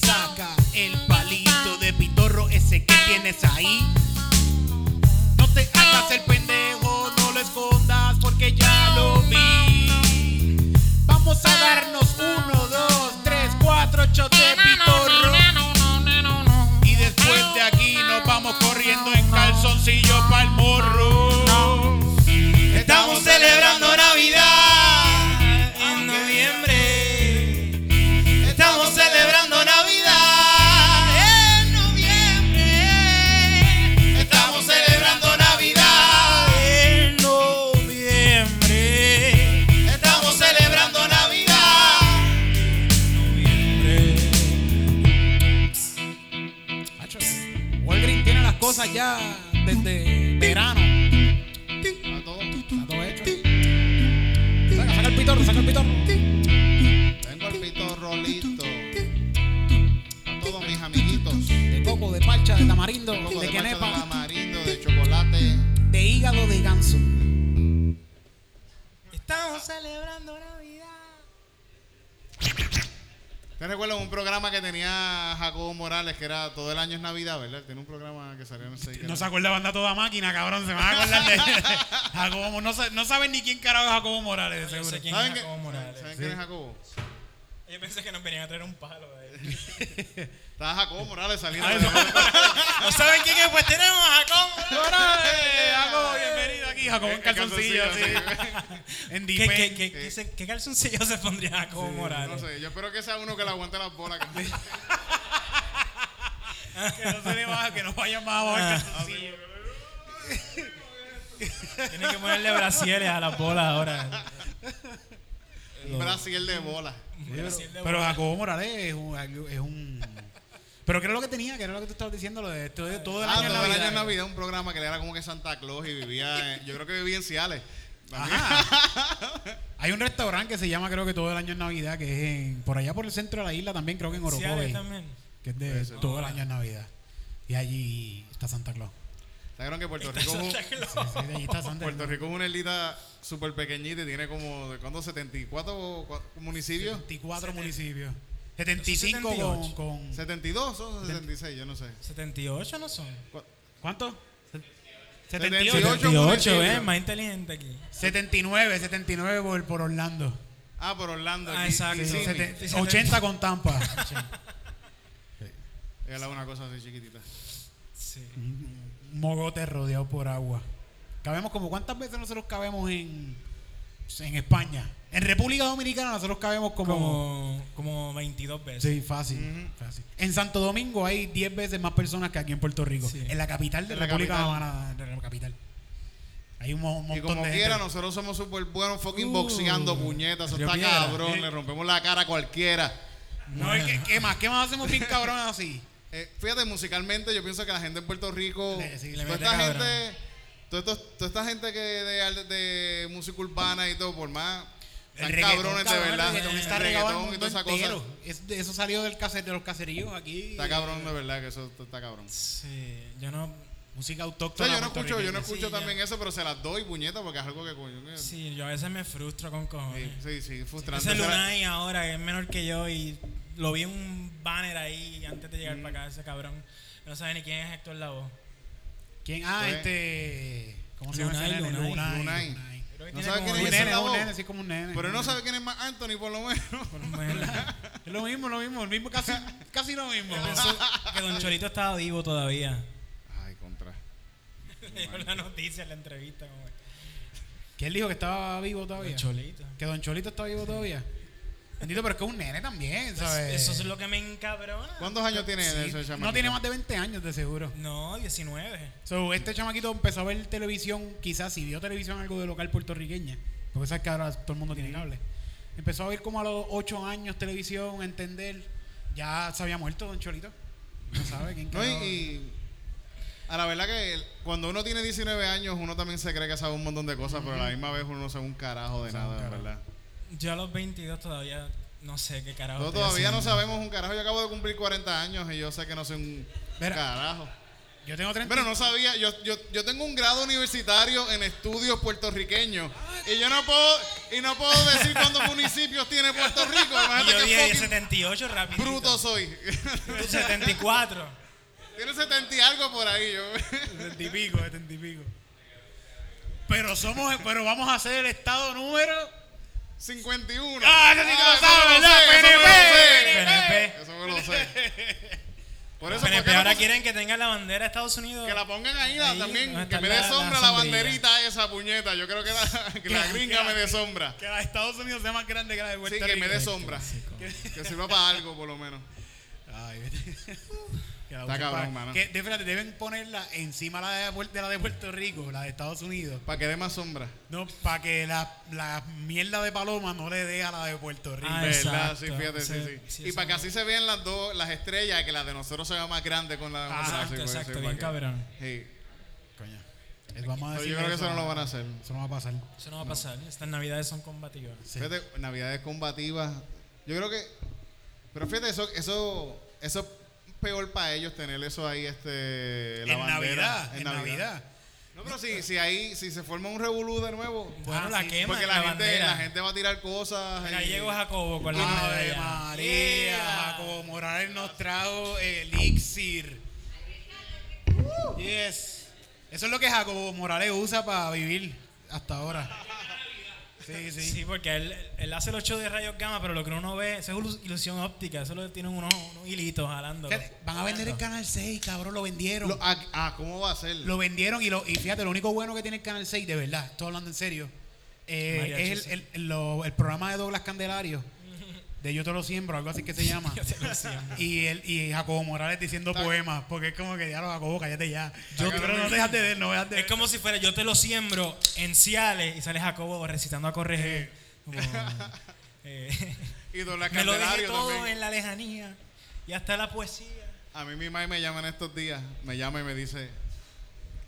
[SPEAKER 3] saca el palito de pitorro ese que tienes ahí. No te hagas el pendejo, no lo escondas porque ya lo vi. Vamos a darnos uno, dos, tres, cuatro shots de pitorro. Y después de aquí nos vamos corriendo en calzoncillo pa'l morro.
[SPEAKER 4] Estamos celebrando Navidad en noviembre. Estamos celebrando Navidad en noviembre.
[SPEAKER 2] Estamos celebrando Navidad.
[SPEAKER 4] En noviembre.
[SPEAKER 2] Estamos celebrando Navidad.
[SPEAKER 3] Walgreens tiene las cosas ya desde verano. Está todo hecho. Saca, saca el pitorro, saca el pitorro.
[SPEAKER 2] Tengo el pitorro listo. A todos mis amiguitos.
[SPEAKER 3] De coco, de parcha, de tamarindo,
[SPEAKER 2] Un poco
[SPEAKER 3] de
[SPEAKER 2] de macho de
[SPEAKER 3] quenepa,
[SPEAKER 2] tamarindo, de chocolate.
[SPEAKER 3] de hígado, de ganso.
[SPEAKER 4] Estamos celebrando Navidad.
[SPEAKER 2] ¿Te recuerdas un programa que tenía Jacobo Morales que era todo el año es Navidad, verdad? Tiene un programa que salió en el 6.
[SPEAKER 3] No se acuerda banda toda máquina, cabrón. Se van a acordar de <laughs> Jacobo. No, sa- no saben ni quién carajo es Jacobo Morales, de
[SPEAKER 4] Yo sé
[SPEAKER 3] seguro.
[SPEAKER 4] quién
[SPEAKER 2] ¿Saben,
[SPEAKER 4] es
[SPEAKER 2] que,
[SPEAKER 4] Jacobo Morales.
[SPEAKER 2] ¿saben quién es Jacobo?
[SPEAKER 4] Yo pensé que nos venían a traer un palo. eh.
[SPEAKER 2] Estaba Jacobo Morales saliendo.
[SPEAKER 3] Ay,
[SPEAKER 2] de-
[SPEAKER 3] Ah, no.
[SPEAKER 4] ¿No saben quién es? Pues tenemos a Jacobo Morales.
[SPEAKER 3] Morales, Jacobo, bienvenido eh, aquí,
[SPEAKER 2] <laughs>
[SPEAKER 3] Jacobo en
[SPEAKER 2] En
[SPEAKER 3] calzoncillo,
[SPEAKER 2] Eh, calzoncillo,
[SPEAKER 3] sí. En
[SPEAKER 4] ¿Qué, qué,
[SPEAKER 3] Dipen.
[SPEAKER 4] qué, qué, se- qué calzoncillo se pondría Jacobo Morales?
[SPEAKER 2] no sé, yo espero que sea uno que le aguante las bolas. que-
[SPEAKER 3] Que no se le baja, que Ah, no vaya
[SPEAKER 4] Ah,
[SPEAKER 3] más abajo el calzoncillo.
[SPEAKER 4] Tienen que ponerle brasieres a las bolas ahora.
[SPEAKER 2] un brasier de bolas.
[SPEAKER 4] Brasier de
[SPEAKER 3] Pero Jacobo Morales es un, es un- Pero ¿qué era lo que tenía? ¿Qué era lo que tú estabas diciendo? Lo de todo, todo el
[SPEAKER 2] Ah,
[SPEAKER 3] año en
[SPEAKER 2] todo el año
[SPEAKER 3] Navidad.
[SPEAKER 2] es Navidad, un programa que le era como que Santa Claus y vivía. en- yo creo que vivía en Ciales. También.
[SPEAKER 3] Ajá. Hay un restaurante que se llama creo que todo el año en Navidad, que es en- por allá por el centro de la isla también, creo que en
[SPEAKER 4] Brasieres
[SPEAKER 3] Orocovi,
[SPEAKER 4] también.
[SPEAKER 3] que es de todo el año en Navidad. Y allí está Santa Claus.
[SPEAKER 2] ¿Saben que
[SPEAKER 4] <laughs>
[SPEAKER 2] Puerto Rico, es un-
[SPEAKER 4] Santa Claus.
[SPEAKER 3] Sí, sí, allí está Santa
[SPEAKER 2] Puerto Rico es una islita súper pequeñita y tiene como, ¿de cuándo? 74 o cua- municipios.
[SPEAKER 3] 74 municipios. 75 con, con...
[SPEAKER 4] 78.
[SPEAKER 2] 72 o 76, yo no sé.
[SPEAKER 4] 78 no son.
[SPEAKER 3] ¿Cuánto?
[SPEAKER 2] 78.
[SPEAKER 3] 78.
[SPEAKER 4] 78, eh,
[SPEAKER 2] municipios.
[SPEAKER 4] más inteligente aquí.
[SPEAKER 3] 79, 79 por, por Orlando.
[SPEAKER 2] Ah, por Orlando.
[SPEAKER 4] Ah,
[SPEAKER 2] aquí,
[SPEAKER 4] exacto.
[SPEAKER 2] Sydney.
[SPEAKER 3] Seten-
[SPEAKER 4] Sí, sí.
[SPEAKER 3] 80 con Tampa.
[SPEAKER 2] Él habla una cosa así chiquitita.
[SPEAKER 4] Sí.
[SPEAKER 3] Un Mogote rodeado por agua. Cabemos como cuántas veces nosotros cabemos en, en España. En República Dominicana nosotros cabemos como...
[SPEAKER 4] Como, como 22 veces.
[SPEAKER 3] Sí, fácil, fácil. En Santo Domingo hay 10 veces más personas que aquí en Puerto Rico.
[SPEAKER 4] Sí.
[SPEAKER 3] En la capital de
[SPEAKER 2] En la
[SPEAKER 3] República
[SPEAKER 2] capital.
[SPEAKER 3] Habana, de la capital. Hay un, mo- un
[SPEAKER 2] Y
[SPEAKER 3] montón
[SPEAKER 2] como
[SPEAKER 3] de
[SPEAKER 2] quiera,
[SPEAKER 3] gente. Uh,
[SPEAKER 2] nosotros somos súper buenos fucking boxeando puñetas. Eso
[SPEAKER 4] yo
[SPEAKER 2] está
[SPEAKER 4] viera,
[SPEAKER 2] cabrón.
[SPEAKER 3] eh.
[SPEAKER 2] Le rompemos la cara a cualquiera.
[SPEAKER 3] No, ¿y ¿qué, qué más? ¿Qué más hacemos bien cabrón así?
[SPEAKER 2] Eh, fíjate, musicalmente, yo pienso que la gente en Puerto Rico.
[SPEAKER 3] Le- sí, le
[SPEAKER 2] toda
[SPEAKER 4] mete
[SPEAKER 2] esta
[SPEAKER 4] cabrón.
[SPEAKER 2] gente. toda estos- toda esta gente que de, al- de música urbana y todo, por más.
[SPEAKER 3] El
[SPEAKER 2] Están
[SPEAKER 3] reggaetón,
[SPEAKER 2] cabrones de
[SPEAKER 3] cabrón,
[SPEAKER 2] verdad.
[SPEAKER 3] El reggaetón está
[SPEAKER 2] El
[SPEAKER 3] regado al
[SPEAKER 2] reggaetón
[SPEAKER 3] mundo
[SPEAKER 2] esa cosa.
[SPEAKER 3] entero. Es- de- eso salió del caser- de los caseríos aquí.
[SPEAKER 2] Está cabrón de verdad que eso está cabrón.
[SPEAKER 4] Sí, yo no.
[SPEAKER 3] Música
[SPEAKER 2] O
[SPEAKER 3] autóctona.
[SPEAKER 2] sea, yo no escucho, yo no
[SPEAKER 3] puertorriqueña.
[SPEAKER 2] escucho
[SPEAKER 4] Sí,
[SPEAKER 2] también
[SPEAKER 4] ya.
[SPEAKER 2] eso, pero se las doy, puñeta, porque es algo que coño. que- Sí,
[SPEAKER 4] Sí, yo a veces me frustro con cojones.
[SPEAKER 2] sí, sí, frustrante.
[SPEAKER 4] Ese
[SPEAKER 2] Será-
[SPEAKER 4] Lunay ahora que es menor que yo y lo vi en un banner ahí antes de llegar para acá, ese cabrón. No sabe ni quién es Héctor Lavoe.
[SPEAKER 3] ¿Quién? Ah,
[SPEAKER 2] Sí.
[SPEAKER 3] este. ¿Cómo se llama?
[SPEAKER 4] Lunay,
[SPEAKER 3] ese nene?
[SPEAKER 4] Lunay.
[SPEAKER 2] Lunay.
[SPEAKER 3] Lunay.
[SPEAKER 4] Creo que
[SPEAKER 2] No
[SPEAKER 4] tiene
[SPEAKER 2] sabe
[SPEAKER 4] como
[SPEAKER 2] quién
[SPEAKER 3] Un
[SPEAKER 2] es
[SPEAKER 4] 10
[SPEAKER 2] ese
[SPEAKER 3] nene,
[SPEAKER 2] la
[SPEAKER 3] un
[SPEAKER 2] voz.
[SPEAKER 3] nene, así como un nene.
[SPEAKER 2] Pero él no sabe quién es más Anthony, por lo menos.
[SPEAKER 4] Bueno,
[SPEAKER 2] <laughs>
[SPEAKER 3] Es lo mismo, lo mismo, el mismo, casi, <laughs> casi lo mismo.
[SPEAKER 4] yo pienso que Don Cholito estaba vivo
[SPEAKER 2] <laughs>
[SPEAKER 4] todavía.
[SPEAKER 2] Ay, contra.
[SPEAKER 4] Llegó la noticia en la entrevista. Como,
[SPEAKER 3] ¿Quién dijo que estaba vivo todavía?
[SPEAKER 4] Don Cholito.
[SPEAKER 3] Que Don Cholito está vivo todavía. Bendito, pero es que es un nene también, ¿sabes?
[SPEAKER 4] Eso es lo que me encabrona.
[SPEAKER 2] ¿Cuántos años tiene
[SPEAKER 3] Sí,
[SPEAKER 2] ese chamaco?
[SPEAKER 3] No tiene más de 20 años, de seguro.
[SPEAKER 4] No, 19.
[SPEAKER 3] So, este chamaquito empezó a ver televisión, quizás si vio televisión algo de local puertorriqueña, porque sabes que ahora todo el mundo tiene cable. Empezó a ver como a los 8 años televisión, a entender. Ya se había muerto Don Cholito. No sabe quién
[SPEAKER 2] <laughs> No, y,
[SPEAKER 3] carajo.
[SPEAKER 2] y- A la verdad que el- cuando uno tiene 19 años, uno también se cree que sabe un montón de cosas, pero a la misma vez uno no sabe un carajo de
[SPEAKER 3] sabe un
[SPEAKER 2] nada, en
[SPEAKER 3] carajo.
[SPEAKER 2] ¿verdad?
[SPEAKER 4] Yo a los 22 todavía no sé qué carajo.
[SPEAKER 2] Nosotros
[SPEAKER 4] estoy
[SPEAKER 2] todavía no
[SPEAKER 4] haciendo.
[SPEAKER 2] sabemos un carajo. Yo acabo de cumplir 40 años y yo sé que no soy un
[SPEAKER 3] Mira.
[SPEAKER 2] carajo.
[SPEAKER 3] Yo tengo 30.
[SPEAKER 2] Pero no sabía, yo, yo, yo tengo un grado universitario en estudios puertorriqueños y yo no puedo, y no puedo
[SPEAKER 4] <laughs>
[SPEAKER 2] decir cuántos municipios tiene Puerto Rico.
[SPEAKER 4] Y yo
[SPEAKER 2] Imagínate
[SPEAKER 4] dije
[SPEAKER 2] que fucking
[SPEAKER 4] 78 rápido.
[SPEAKER 2] bruto soy. <laughs>
[SPEAKER 4] Tú 74.
[SPEAKER 2] tiene 70 y algo por ahí. Yo. <laughs>
[SPEAKER 3] 70 y pico, 70 y pico. Pero somos, pero vamos a ser el estado número.
[SPEAKER 2] 51.
[SPEAKER 3] Ah, eso sí que lo
[SPEAKER 2] Ah,
[SPEAKER 3] sabe,
[SPEAKER 2] me lo
[SPEAKER 3] ¿verdad?
[SPEAKER 2] sé,
[SPEAKER 4] PNP.
[SPEAKER 2] eso me lo sé. Eso me lo sé. Por eso, ¿por qué
[SPEAKER 4] PNP
[SPEAKER 2] no
[SPEAKER 4] ahora
[SPEAKER 2] puse-
[SPEAKER 4] quieren que tenga la bandera de Estados Unidos.
[SPEAKER 2] que la pongan ahí, la-
[SPEAKER 4] Ahí,
[SPEAKER 2] también,
[SPEAKER 4] donde
[SPEAKER 2] que
[SPEAKER 4] está
[SPEAKER 2] me
[SPEAKER 4] la-
[SPEAKER 2] dé
[SPEAKER 4] la
[SPEAKER 2] sombra la
[SPEAKER 4] sombrilla.
[SPEAKER 2] banderita esa puñeta. Yo creo que la,
[SPEAKER 4] <laughs>
[SPEAKER 2] que la gringa me dé sombra.
[SPEAKER 3] Que la de Estados Unidos sea más grande que la de Puerto
[SPEAKER 2] Sí, que me
[SPEAKER 3] Rico.
[SPEAKER 2] dé sombra. Que sirva para algo, por lo menos.
[SPEAKER 3] Ay, vete. <laughs> Que la
[SPEAKER 2] Está
[SPEAKER 3] usen
[SPEAKER 2] cabrón,
[SPEAKER 3] para-
[SPEAKER 2] mano.
[SPEAKER 3] Que, de- fíjate, deben ponerla encima la de, Puer- de la de Puerto Rico, la de Estados Unidos.
[SPEAKER 2] Para que dé más sombra.
[SPEAKER 3] No, para que la, la mierda de paloma no le dé a la de Puerto Rico.
[SPEAKER 4] Ah,
[SPEAKER 2] ¿Verdad?
[SPEAKER 4] exacto.
[SPEAKER 2] Sí, fíjate, sí,
[SPEAKER 4] Sí,
[SPEAKER 2] sí.
[SPEAKER 4] sí,
[SPEAKER 2] y
[SPEAKER 4] eso
[SPEAKER 2] para que
[SPEAKER 4] me-
[SPEAKER 2] así se vean las dos, las estrellas, que la de nosotros se vea más grande con la de
[SPEAKER 3] Ah,
[SPEAKER 2] nosotros,
[SPEAKER 4] exacto,
[SPEAKER 2] sí, puede
[SPEAKER 4] exacto,
[SPEAKER 2] ser,
[SPEAKER 4] bien
[SPEAKER 2] para que-
[SPEAKER 4] cabrón.
[SPEAKER 2] Sí.
[SPEAKER 3] Coño. Es- Vamos a
[SPEAKER 2] Pero
[SPEAKER 3] decirle
[SPEAKER 2] yo creo que eso no
[SPEAKER 3] a-
[SPEAKER 2] lo van a hacer.
[SPEAKER 3] Eso no va a pasar.
[SPEAKER 4] Eso no va a pasar. Estas navidades son combativas.
[SPEAKER 3] Sí.
[SPEAKER 2] Fíjate, navidades combativas. Yo creo que. Pero fíjate, eso, eso, eso es peor para ellos tener eso ahí, este. La
[SPEAKER 3] en
[SPEAKER 2] bandera,
[SPEAKER 3] Navidad, en Navidad.
[SPEAKER 2] No, pero si, si ahí, si se forma un revolú de nuevo.
[SPEAKER 4] Bueno,
[SPEAKER 3] Ah,
[SPEAKER 4] la
[SPEAKER 3] sí,
[SPEAKER 4] quema.
[SPEAKER 2] Porque la, gente,
[SPEAKER 4] bandera.
[SPEAKER 2] la gente va a tirar cosas.
[SPEAKER 4] Acá
[SPEAKER 2] y-
[SPEAKER 4] llegó Jacobo con la
[SPEAKER 3] Ave
[SPEAKER 4] medalla.
[SPEAKER 3] María, Jacobo Morales nos trajo elixir. Yes. Eso es lo que Jacobo Morales usa para vivir hasta ahora. Sí, sí.
[SPEAKER 4] Sí, porque él, él hace los shows de rayos gamma, pero lo que uno ve, eso es ilu- ilusión óptica, eso lo tienen unos, unos hilitos jalando.
[SPEAKER 3] Fíjate, Van a vender el Canal 6, cabrón, lo vendieron.
[SPEAKER 2] Lo-
[SPEAKER 3] Lo,
[SPEAKER 2] ah, ah, ¿cómo va a ser?
[SPEAKER 3] vendieron y, lo, y fíjate, lo único bueno que tiene el Canal 6, de verdad, estoy hablando en serio, eh,
[SPEAKER 4] Mariachi,
[SPEAKER 3] es
[SPEAKER 4] sí.
[SPEAKER 3] el, el- el- lo- el programa de Douglas Candelario, de Yo te lo siembro, algo así que se
[SPEAKER 4] <laughs>
[SPEAKER 3] llama.
[SPEAKER 4] Yo, te lo siento.
[SPEAKER 3] Y, él, y Jacobo Morales diciendo poemas, porque es como que ya lo Jacobo, cállate ya.
[SPEAKER 4] Yo-
[SPEAKER 3] pero no dejas de ver, no dejas de
[SPEAKER 4] es como si fuera yo te lo siembro en Ciales y sale Jacobo recitando a corregir. Como,
[SPEAKER 2] <laughs>
[SPEAKER 4] eh,
[SPEAKER 2] y don
[SPEAKER 4] <laughs>
[SPEAKER 2] la
[SPEAKER 4] me lo dejé
[SPEAKER 2] Candelario
[SPEAKER 4] todo
[SPEAKER 2] también.
[SPEAKER 4] en la lejanía y hasta la poesía.
[SPEAKER 2] A mí mi madre me llama en estos días, me llama y me dice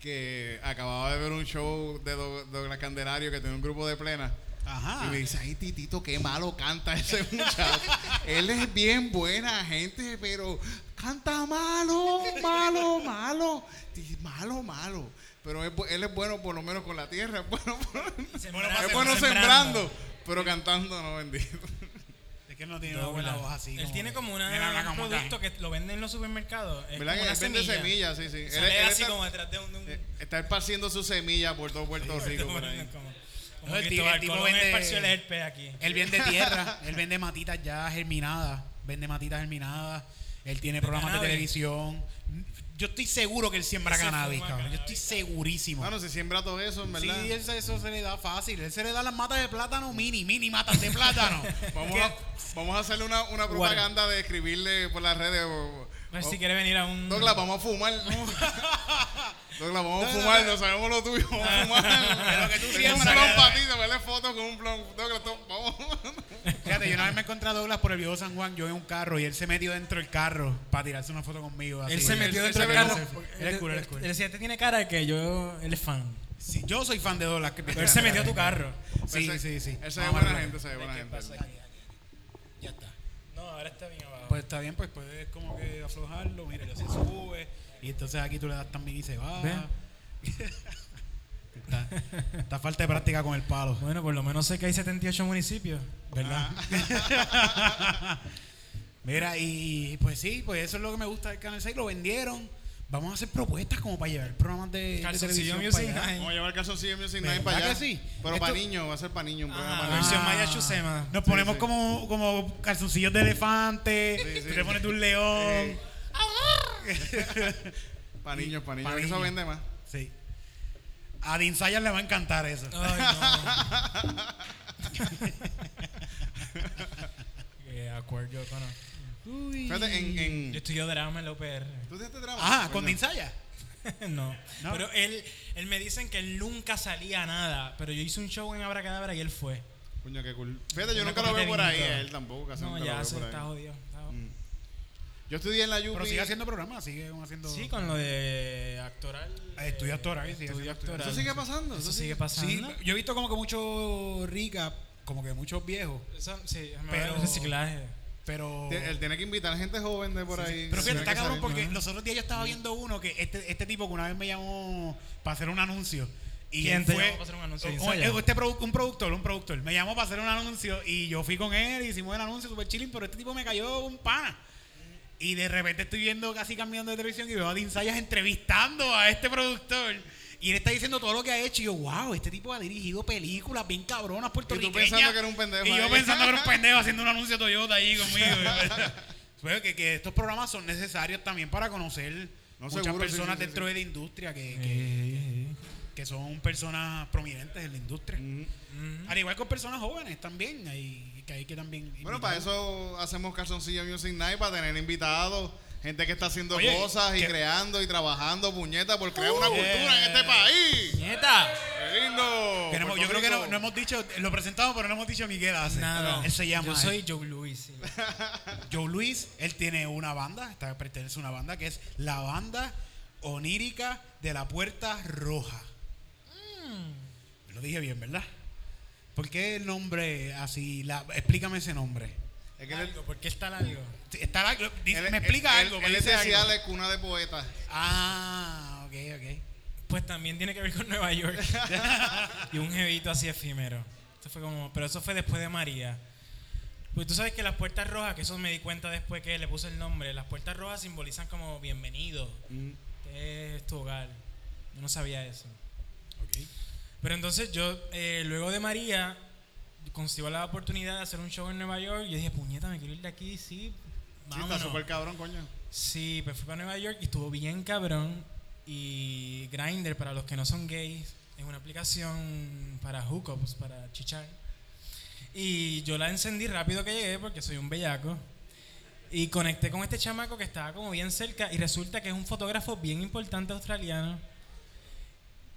[SPEAKER 2] que acababa de ver un show de Do- Douglas Candelario que tiene un grupo de plena.
[SPEAKER 3] Ajá.
[SPEAKER 4] Ah.
[SPEAKER 2] Y me dice, ay titito, qué malo canta ese <laughs> muchacho. Él es bien buena gente, pero canta malo, malo, malo. Di- Malo, malo. Pero es bu- él es bueno por lo menos con la tierra, <laughs> es bueno, por-
[SPEAKER 4] Sembrando,
[SPEAKER 2] es bueno
[SPEAKER 4] sembrando.
[SPEAKER 2] sembrando, pero cantando no bendito.
[SPEAKER 3] Es que no tiene una buena
[SPEAKER 4] Douglas.
[SPEAKER 3] voz así.
[SPEAKER 4] Él tiene
[SPEAKER 3] que-
[SPEAKER 4] como una-
[SPEAKER 3] Mira, habla
[SPEAKER 4] un
[SPEAKER 3] como
[SPEAKER 4] producto que lo venden en los supermercados. Es
[SPEAKER 2] ¿Verdad
[SPEAKER 4] como
[SPEAKER 2] que
[SPEAKER 4] una
[SPEAKER 2] él vende
[SPEAKER 4] semilla.
[SPEAKER 2] semillas? Sí, sí. Él-
[SPEAKER 4] Sale
[SPEAKER 2] él
[SPEAKER 4] así
[SPEAKER 2] está-
[SPEAKER 4] como detrás de un... de un- <laughs>
[SPEAKER 2] Eh, Está esparciendo su semilla por todo Puerto
[SPEAKER 3] <laughs>
[SPEAKER 2] Rico. por ahí.
[SPEAKER 4] Como,
[SPEAKER 3] No, el tipo- el tipo vende-
[SPEAKER 4] esparció el herpes aquí.
[SPEAKER 3] Él vende tierra, él vende matitas ya germinadas, vende matitas germinadas, él tiene programas de
[SPEAKER 4] cannabis.
[SPEAKER 3] televisión, Yo estoy seguro que él siembra
[SPEAKER 4] Ese
[SPEAKER 3] cannabis,
[SPEAKER 4] fuma
[SPEAKER 3] cabrón. Yo estoy
[SPEAKER 4] cannabis.
[SPEAKER 3] segurísimo.
[SPEAKER 2] Mano, se Ah, siembra todo eso, en verdad.
[SPEAKER 3] Sí, él se- eso se le da fácil. Él se le da las matas de plátano mini, mini matas de <laughs> plátano.
[SPEAKER 2] Vamos a, vamos a hacerle una, una propaganda de escribirle por las redes. o-
[SPEAKER 3] Pues
[SPEAKER 4] A ver
[SPEAKER 2] o-
[SPEAKER 4] Pues si quiere venir a un.
[SPEAKER 2] Douglas, vamos a
[SPEAKER 3] <laughs>
[SPEAKER 2] fumar. <laughs> Douglas, vamos a fumar, no sabemos lo tuyo, vamos a fumar.
[SPEAKER 3] <laughs> Pero que tú
[SPEAKER 2] Tengo un
[SPEAKER 3] siembras,
[SPEAKER 2] blon
[SPEAKER 3] que-
[SPEAKER 2] para ti, te veré fotos con un blon. Douglas, tú- vamos.
[SPEAKER 3] <laughs> Fíjate, yo una vez me encontré a Douglas por el viejo San Juan, yo en un carro y él se metió dentro del carro para tirarse una foto conmigo. así.
[SPEAKER 4] Él se metió
[SPEAKER 3] él
[SPEAKER 4] dentro
[SPEAKER 3] se
[SPEAKER 4] del
[SPEAKER 3] metió
[SPEAKER 4] carro.
[SPEAKER 3] selfie. Él es cool, él es cool.
[SPEAKER 4] El siete tiene cara de que yo. Él es fan.
[SPEAKER 3] Sí, yo soy fan de Douglas. que-
[SPEAKER 4] Pero él se metió a tu carro.
[SPEAKER 3] Sí,
[SPEAKER 2] Ese-
[SPEAKER 3] sí, sí.
[SPEAKER 2] Ese es
[SPEAKER 3] Vamos a
[SPEAKER 2] buena
[SPEAKER 3] ver.
[SPEAKER 2] gente, ese es buena gente.
[SPEAKER 4] Ya está. No, ahora está bien abajo.
[SPEAKER 3] Pues está bien, pues puedes como que aflojarlo, mira, se sube. Y entonces aquí tú le das también y se va.
[SPEAKER 4] Ve.
[SPEAKER 3] está, está falta de práctica con el palo, <laughs>
[SPEAKER 4] bueno, por lo menos sé que hay 78 municipios.
[SPEAKER 3] ¿verdad?
[SPEAKER 2] Ah.
[SPEAKER 3] mira, y pues sí, pues eso es lo que me gusta del Canal 6. Lo vendieron. Vamos a hacer propuestas como para llevar programas de, de
[SPEAKER 4] Calzoncillo
[SPEAKER 3] televisión
[SPEAKER 4] Music
[SPEAKER 3] para allá.
[SPEAKER 4] Night.
[SPEAKER 2] Vamos a llevar calzoncillo Music Night
[SPEAKER 3] ¿Verdad
[SPEAKER 2] para allá.
[SPEAKER 3] que sí?
[SPEAKER 2] Pero
[SPEAKER 3] Esto-
[SPEAKER 2] para niños, va a ser para niños un programa.
[SPEAKER 4] Ah, Versión
[SPEAKER 3] Ah.
[SPEAKER 4] Maya Chusema.
[SPEAKER 3] Nos ponemos
[SPEAKER 2] sí.
[SPEAKER 3] Como, como calzoncillos de elefante,
[SPEAKER 2] Sí, sí.
[SPEAKER 3] tú te pones de un león.
[SPEAKER 2] Para niños, para niños.
[SPEAKER 3] Pa'
[SPEAKER 2] Eso
[SPEAKER 3] niños.
[SPEAKER 2] vende más.
[SPEAKER 3] Sí. A Dean Sayas le va a encantar eso.
[SPEAKER 4] Ah, Ay, <laughs> no. Qué acuerdo, cono.
[SPEAKER 2] Fíjate, en. en-
[SPEAKER 4] Yo estudio drama en la UPR.
[SPEAKER 2] ¿Tú tienes este drama?
[SPEAKER 3] Ah, con
[SPEAKER 2] Coño.
[SPEAKER 3] Dean Sayas.
[SPEAKER 4] <laughs> no.
[SPEAKER 3] No.
[SPEAKER 4] Pero él, él me dicen que él nunca salía a nada. Pero yo hice un show en Abracadabra y él fue.
[SPEAKER 2] Coño, qué cool. Fíjate, yo
[SPEAKER 4] Una
[SPEAKER 2] nunca lo veo
[SPEAKER 4] copita
[SPEAKER 2] por
[SPEAKER 4] de
[SPEAKER 2] ahí,
[SPEAKER 4] vinito.
[SPEAKER 2] a él tampoco, casi
[SPEAKER 4] No,
[SPEAKER 2] nunca
[SPEAKER 4] ya
[SPEAKER 2] lo
[SPEAKER 4] se
[SPEAKER 2] veo por
[SPEAKER 4] está
[SPEAKER 2] ahí. Mm.
[SPEAKER 4] jodido. está jodido.
[SPEAKER 2] Yo estudié en la UPI.
[SPEAKER 3] Pero sigue haciendo programas, sigue haciendo.
[SPEAKER 4] Sí, con lo de actoral.
[SPEAKER 3] Ah, estudio actoral, sí, haciendo
[SPEAKER 4] estudio actoral.
[SPEAKER 2] ¿Eso sigue pasando?
[SPEAKER 4] Eso
[SPEAKER 2] ¿Eso
[SPEAKER 4] sigue
[SPEAKER 2] sigue-
[SPEAKER 3] Sí,
[SPEAKER 4] pasando.
[SPEAKER 3] yo he visto como que muchos ricas, como que muchos viejos,
[SPEAKER 4] Eso- sí, me
[SPEAKER 3] Pero-
[SPEAKER 4] pero... reciclaje.
[SPEAKER 3] pero.
[SPEAKER 2] Tie- Él tiene que invitar gente joven de por ahí.
[SPEAKER 3] Pero fíjate,
[SPEAKER 2] Tiene
[SPEAKER 3] está
[SPEAKER 2] que
[SPEAKER 3] cabrón
[SPEAKER 2] salir.
[SPEAKER 3] porque los otros días yo estaba viendo uno que este, este tipo que una vez me llamó para hacer un anuncio. Y
[SPEAKER 4] ¿Quién
[SPEAKER 3] él
[SPEAKER 4] te
[SPEAKER 3] fue,
[SPEAKER 4] llamó para hacer un anuncio?
[SPEAKER 3] o-
[SPEAKER 4] ¿En
[SPEAKER 3] o-
[SPEAKER 4] Saya?
[SPEAKER 3] este produ- un productor, un productor. Me llamó para hacer un anuncio y yo fui con él, hicimos el anuncio super chilling, pero este tipo me cayó un pana. Y de repente estoy viendo casi cambiando de televisión y veo a Dean Sayas entrevistando a este productor. Y él está diciendo todo lo que ha hecho. Y yo, wow, este tipo ha dirigido películas bien cabronas puertorriqueñas.
[SPEAKER 2] pensando que era un pendejo
[SPEAKER 3] Y yo
[SPEAKER 2] ahí.
[SPEAKER 3] pensando que era un
[SPEAKER 2] <laughs>
[SPEAKER 3] pendejo haciendo un anuncio Toyota ahí conmigo. Pero que, que estos programas son necesarios también para conocer
[SPEAKER 2] No,
[SPEAKER 3] muchas
[SPEAKER 2] seguro, sí,
[SPEAKER 3] personas
[SPEAKER 2] sí, sí,
[SPEAKER 3] dentro
[SPEAKER 2] sí.
[SPEAKER 3] de la industria que, que-
[SPEAKER 4] Eh, eh,
[SPEAKER 3] que son personas prominentes en la industria.
[SPEAKER 2] Ujú.
[SPEAKER 4] eh.
[SPEAKER 3] Al igual que personas jóvenes también, hay, que hay que también...
[SPEAKER 2] Bueno,
[SPEAKER 3] invitar.
[SPEAKER 2] para eso hacemos Calzoncillo Music Night, para tener invitados, gente que está haciendo
[SPEAKER 3] Oye,
[SPEAKER 2] cosas y
[SPEAKER 3] que-
[SPEAKER 2] creando y trabajando, puñetas, por crear una
[SPEAKER 3] Uh,
[SPEAKER 2] cultura en este
[SPEAKER 3] yeah.
[SPEAKER 2] país.
[SPEAKER 4] ¡Nieta!
[SPEAKER 2] ¡Qué lindo!
[SPEAKER 3] Tenemos-
[SPEAKER 2] Puerto
[SPEAKER 3] yo creo que
[SPEAKER 2] Rico.
[SPEAKER 3] no, no hemos dicho, lo presentamos, pero no hemos dicho Miguel hace.
[SPEAKER 4] Nada.
[SPEAKER 3] Él se llama
[SPEAKER 4] Yo soy Joe Luis. sí.
[SPEAKER 3] Joe Luis, él tiene una banda, está, pertenece a una banda que es la banda onírica de la Puerta Roja.
[SPEAKER 4] Mm.
[SPEAKER 3] Lo dije bien, ¿verdad? ¿Por qué el nombre así? La, explícame ese nombre.
[SPEAKER 2] Es que él-
[SPEAKER 4] Largo, ¿Por qué está largo?
[SPEAKER 3] Está la- lo- dice-
[SPEAKER 2] él-
[SPEAKER 3] me explica
[SPEAKER 2] él-
[SPEAKER 3] algo. me
[SPEAKER 2] Él, él
[SPEAKER 3] dice
[SPEAKER 2] decía
[SPEAKER 3] algo.
[SPEAKER 2] la cuna de poetas.
[SPEAKER 3] Ah, ok, ok.
[SPEAKER 4] Pues también tiene que ver con Nueva York. y un jevito así efímero. Eso fue como, pero eso fue después de María. Pues tú sabes que las puertas rojas, que eso me di cuenta después que le puse el nombre, las puertas rojas simbolizan como bienvenido. Este es tu hogar. Yo no sabía eso. Pero entonces yo, eh, luego de María, consigo la oportunidad de hacer un show en Nueva York. Y yo dije, puñeta, me quiero ir de aquí, sí.
[SPEAKER 2] Sí, está
[SPEAKER 4] vámonos".
[SPEAKER 2] súper cabrón, coño.
[SPEAKER 4] Sí, pues fui para Nueva York y estuvo bien cabrón. Y Grindr, para los que no son gays, es una aplicación para hookups, para chichar. Y yo la encendí rápido que llegué porque soy un bellaco. Y conecté con este chamaco que estaba como bien cerca y resulta que es un fotógrafo bien importante australiano.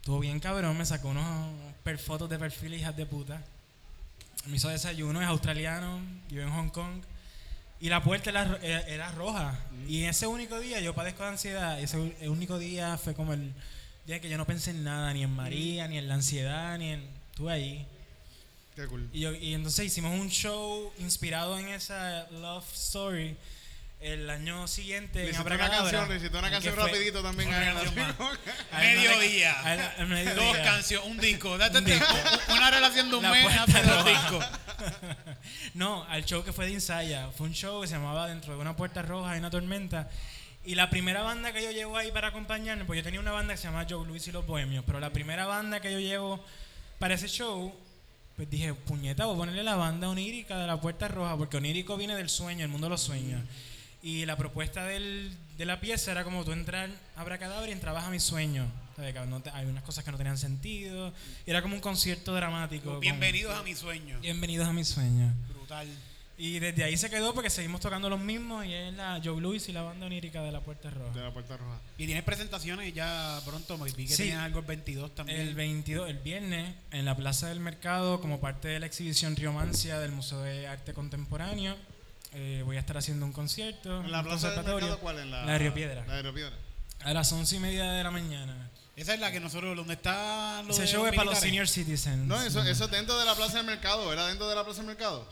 [SPEAKER 4] Estuvo bien cabrón, me sacó unos per- fotos de perfil hijas de puta. Me hizo desayuno, es australiano, vive en Hong Kong. Y la puerta era, ro- era- era roja. Y ese único día yo padezco de ansiedad. Ese u- el único día fue como el día que yo no pensé en nada, ni en María, ni en la ansiedad, ni en... Estuve ahí.
[SPEAKER 2] Qué cool.
[SPEAKER 4] Y, yo- y entonces hicimos un show inspirado en esa Love Story el año siguiente.
[SPEAKER 2] Le
[SPEAKER 4] en
[SPEAKER 2] hiciste una
[SPEAKER 4] Abracadabra,
[SPEAKER 2] canción, le hiciste una
[SPEAKER 4] en que
[SPEAKER 2] canción
[SPEAKER 4] fue-
[SPEAKER 2] rapidito también.
[SPEAKER 3] Otra
[SPEAKER 2] a él,
[SPEAKER 3] canción
[SPEAKER 2] así,
[SPEAKER 4] a él no le-
[SPEAKER 3] Mediodía.
[SPEAKER 4] a él- al mediodía.
[SPEAKER 3] <laughs> Dos canciones, un disco. Date
[SPEAKER 4] Un disco.
[SPEAKER 3] tiempo. Una relación de un
[SPEAKER 4] La
[SPEAKER 3] mes
[SPEAKER 4] Puerta
[SPEAKER 3] hace dos
[SPEAKER 4] Roja.
[SPEAKER 3] discos.
[SPEAKER 4] <laughs> No, al show que fue de Insaya. Fue un show que se llamaba Dentro de una puerta roja y una tormenta. Y la primera banda que yo llevo ahí para acompañarme, pues yo tenía una banda que se llamaba Joe Luis y los Bohemios, pero la primera banda que yo llevo para ese show, pues dije, puñeta, voy a ponerle la banda onírica de la puerta roja, porque onírico viene del sueño, el mundo de los sueños. Y la propuesta del- de la pieza era como tú entrar a cadabra y entrabas a mi sueño. ¿Sabes? Que no te- hay unas cosas que no tenían sentido. Y era como un concierto dramático. con-
[SPEAKER 3] Bienvenidos a mi sueño.
[SPEAKER 4] bienvenidos a mi sueño.
[SPEAKER 3] Brutal.
[SPEAKER 4] Y desde ahí se quedó porque seguimos tocando los mismos y es la Joe Louis y la banda onírica de la Puerta
[SPEAKER 2] <laughs> De
[SPEAKER 4] Roja.
[SPEAKER 2] la puerta roja.
[SPEAKER 3] Y tienes presentaciones ya pronto. Me vi que
[SPEAKER 4] Sí.
[SPEAKER 3] tienes algo el 22 también.
[SPEAKER 4] El 22, el viernes, en la Plaza del Mercado, como parte de la exhibición Riomancia del Museo de Arte Contemporáneo, eh, voy a estar haciendo un concierto.
[SPEAKER 2] ¿En la
[SPEAKER 4] un
[SPEAKER 2] plaza del
[SPEAKER 4] conservatorio.
[SPEAKER 2] mercado cuál? En la,
[SPEAKER 4] La de Río Piedra.
[SPEAKER 2] La de Río Piedra.
[SPEAKER 4] A las once y media de la mañana.
[SPEAKER 3] Esa es la que nosotros, donde está lo
[SPEAKER 4] Ese
[SPEAKER 3] de
[SPEAKER 4] show es para
[SPEAKER 3] militares.
[SPEAKER 4] los senior citizens.
[SPEAKER 2] No, eso, eso es dentro de la plaza del mercado. ¿Era dentro de la plaza del mercado?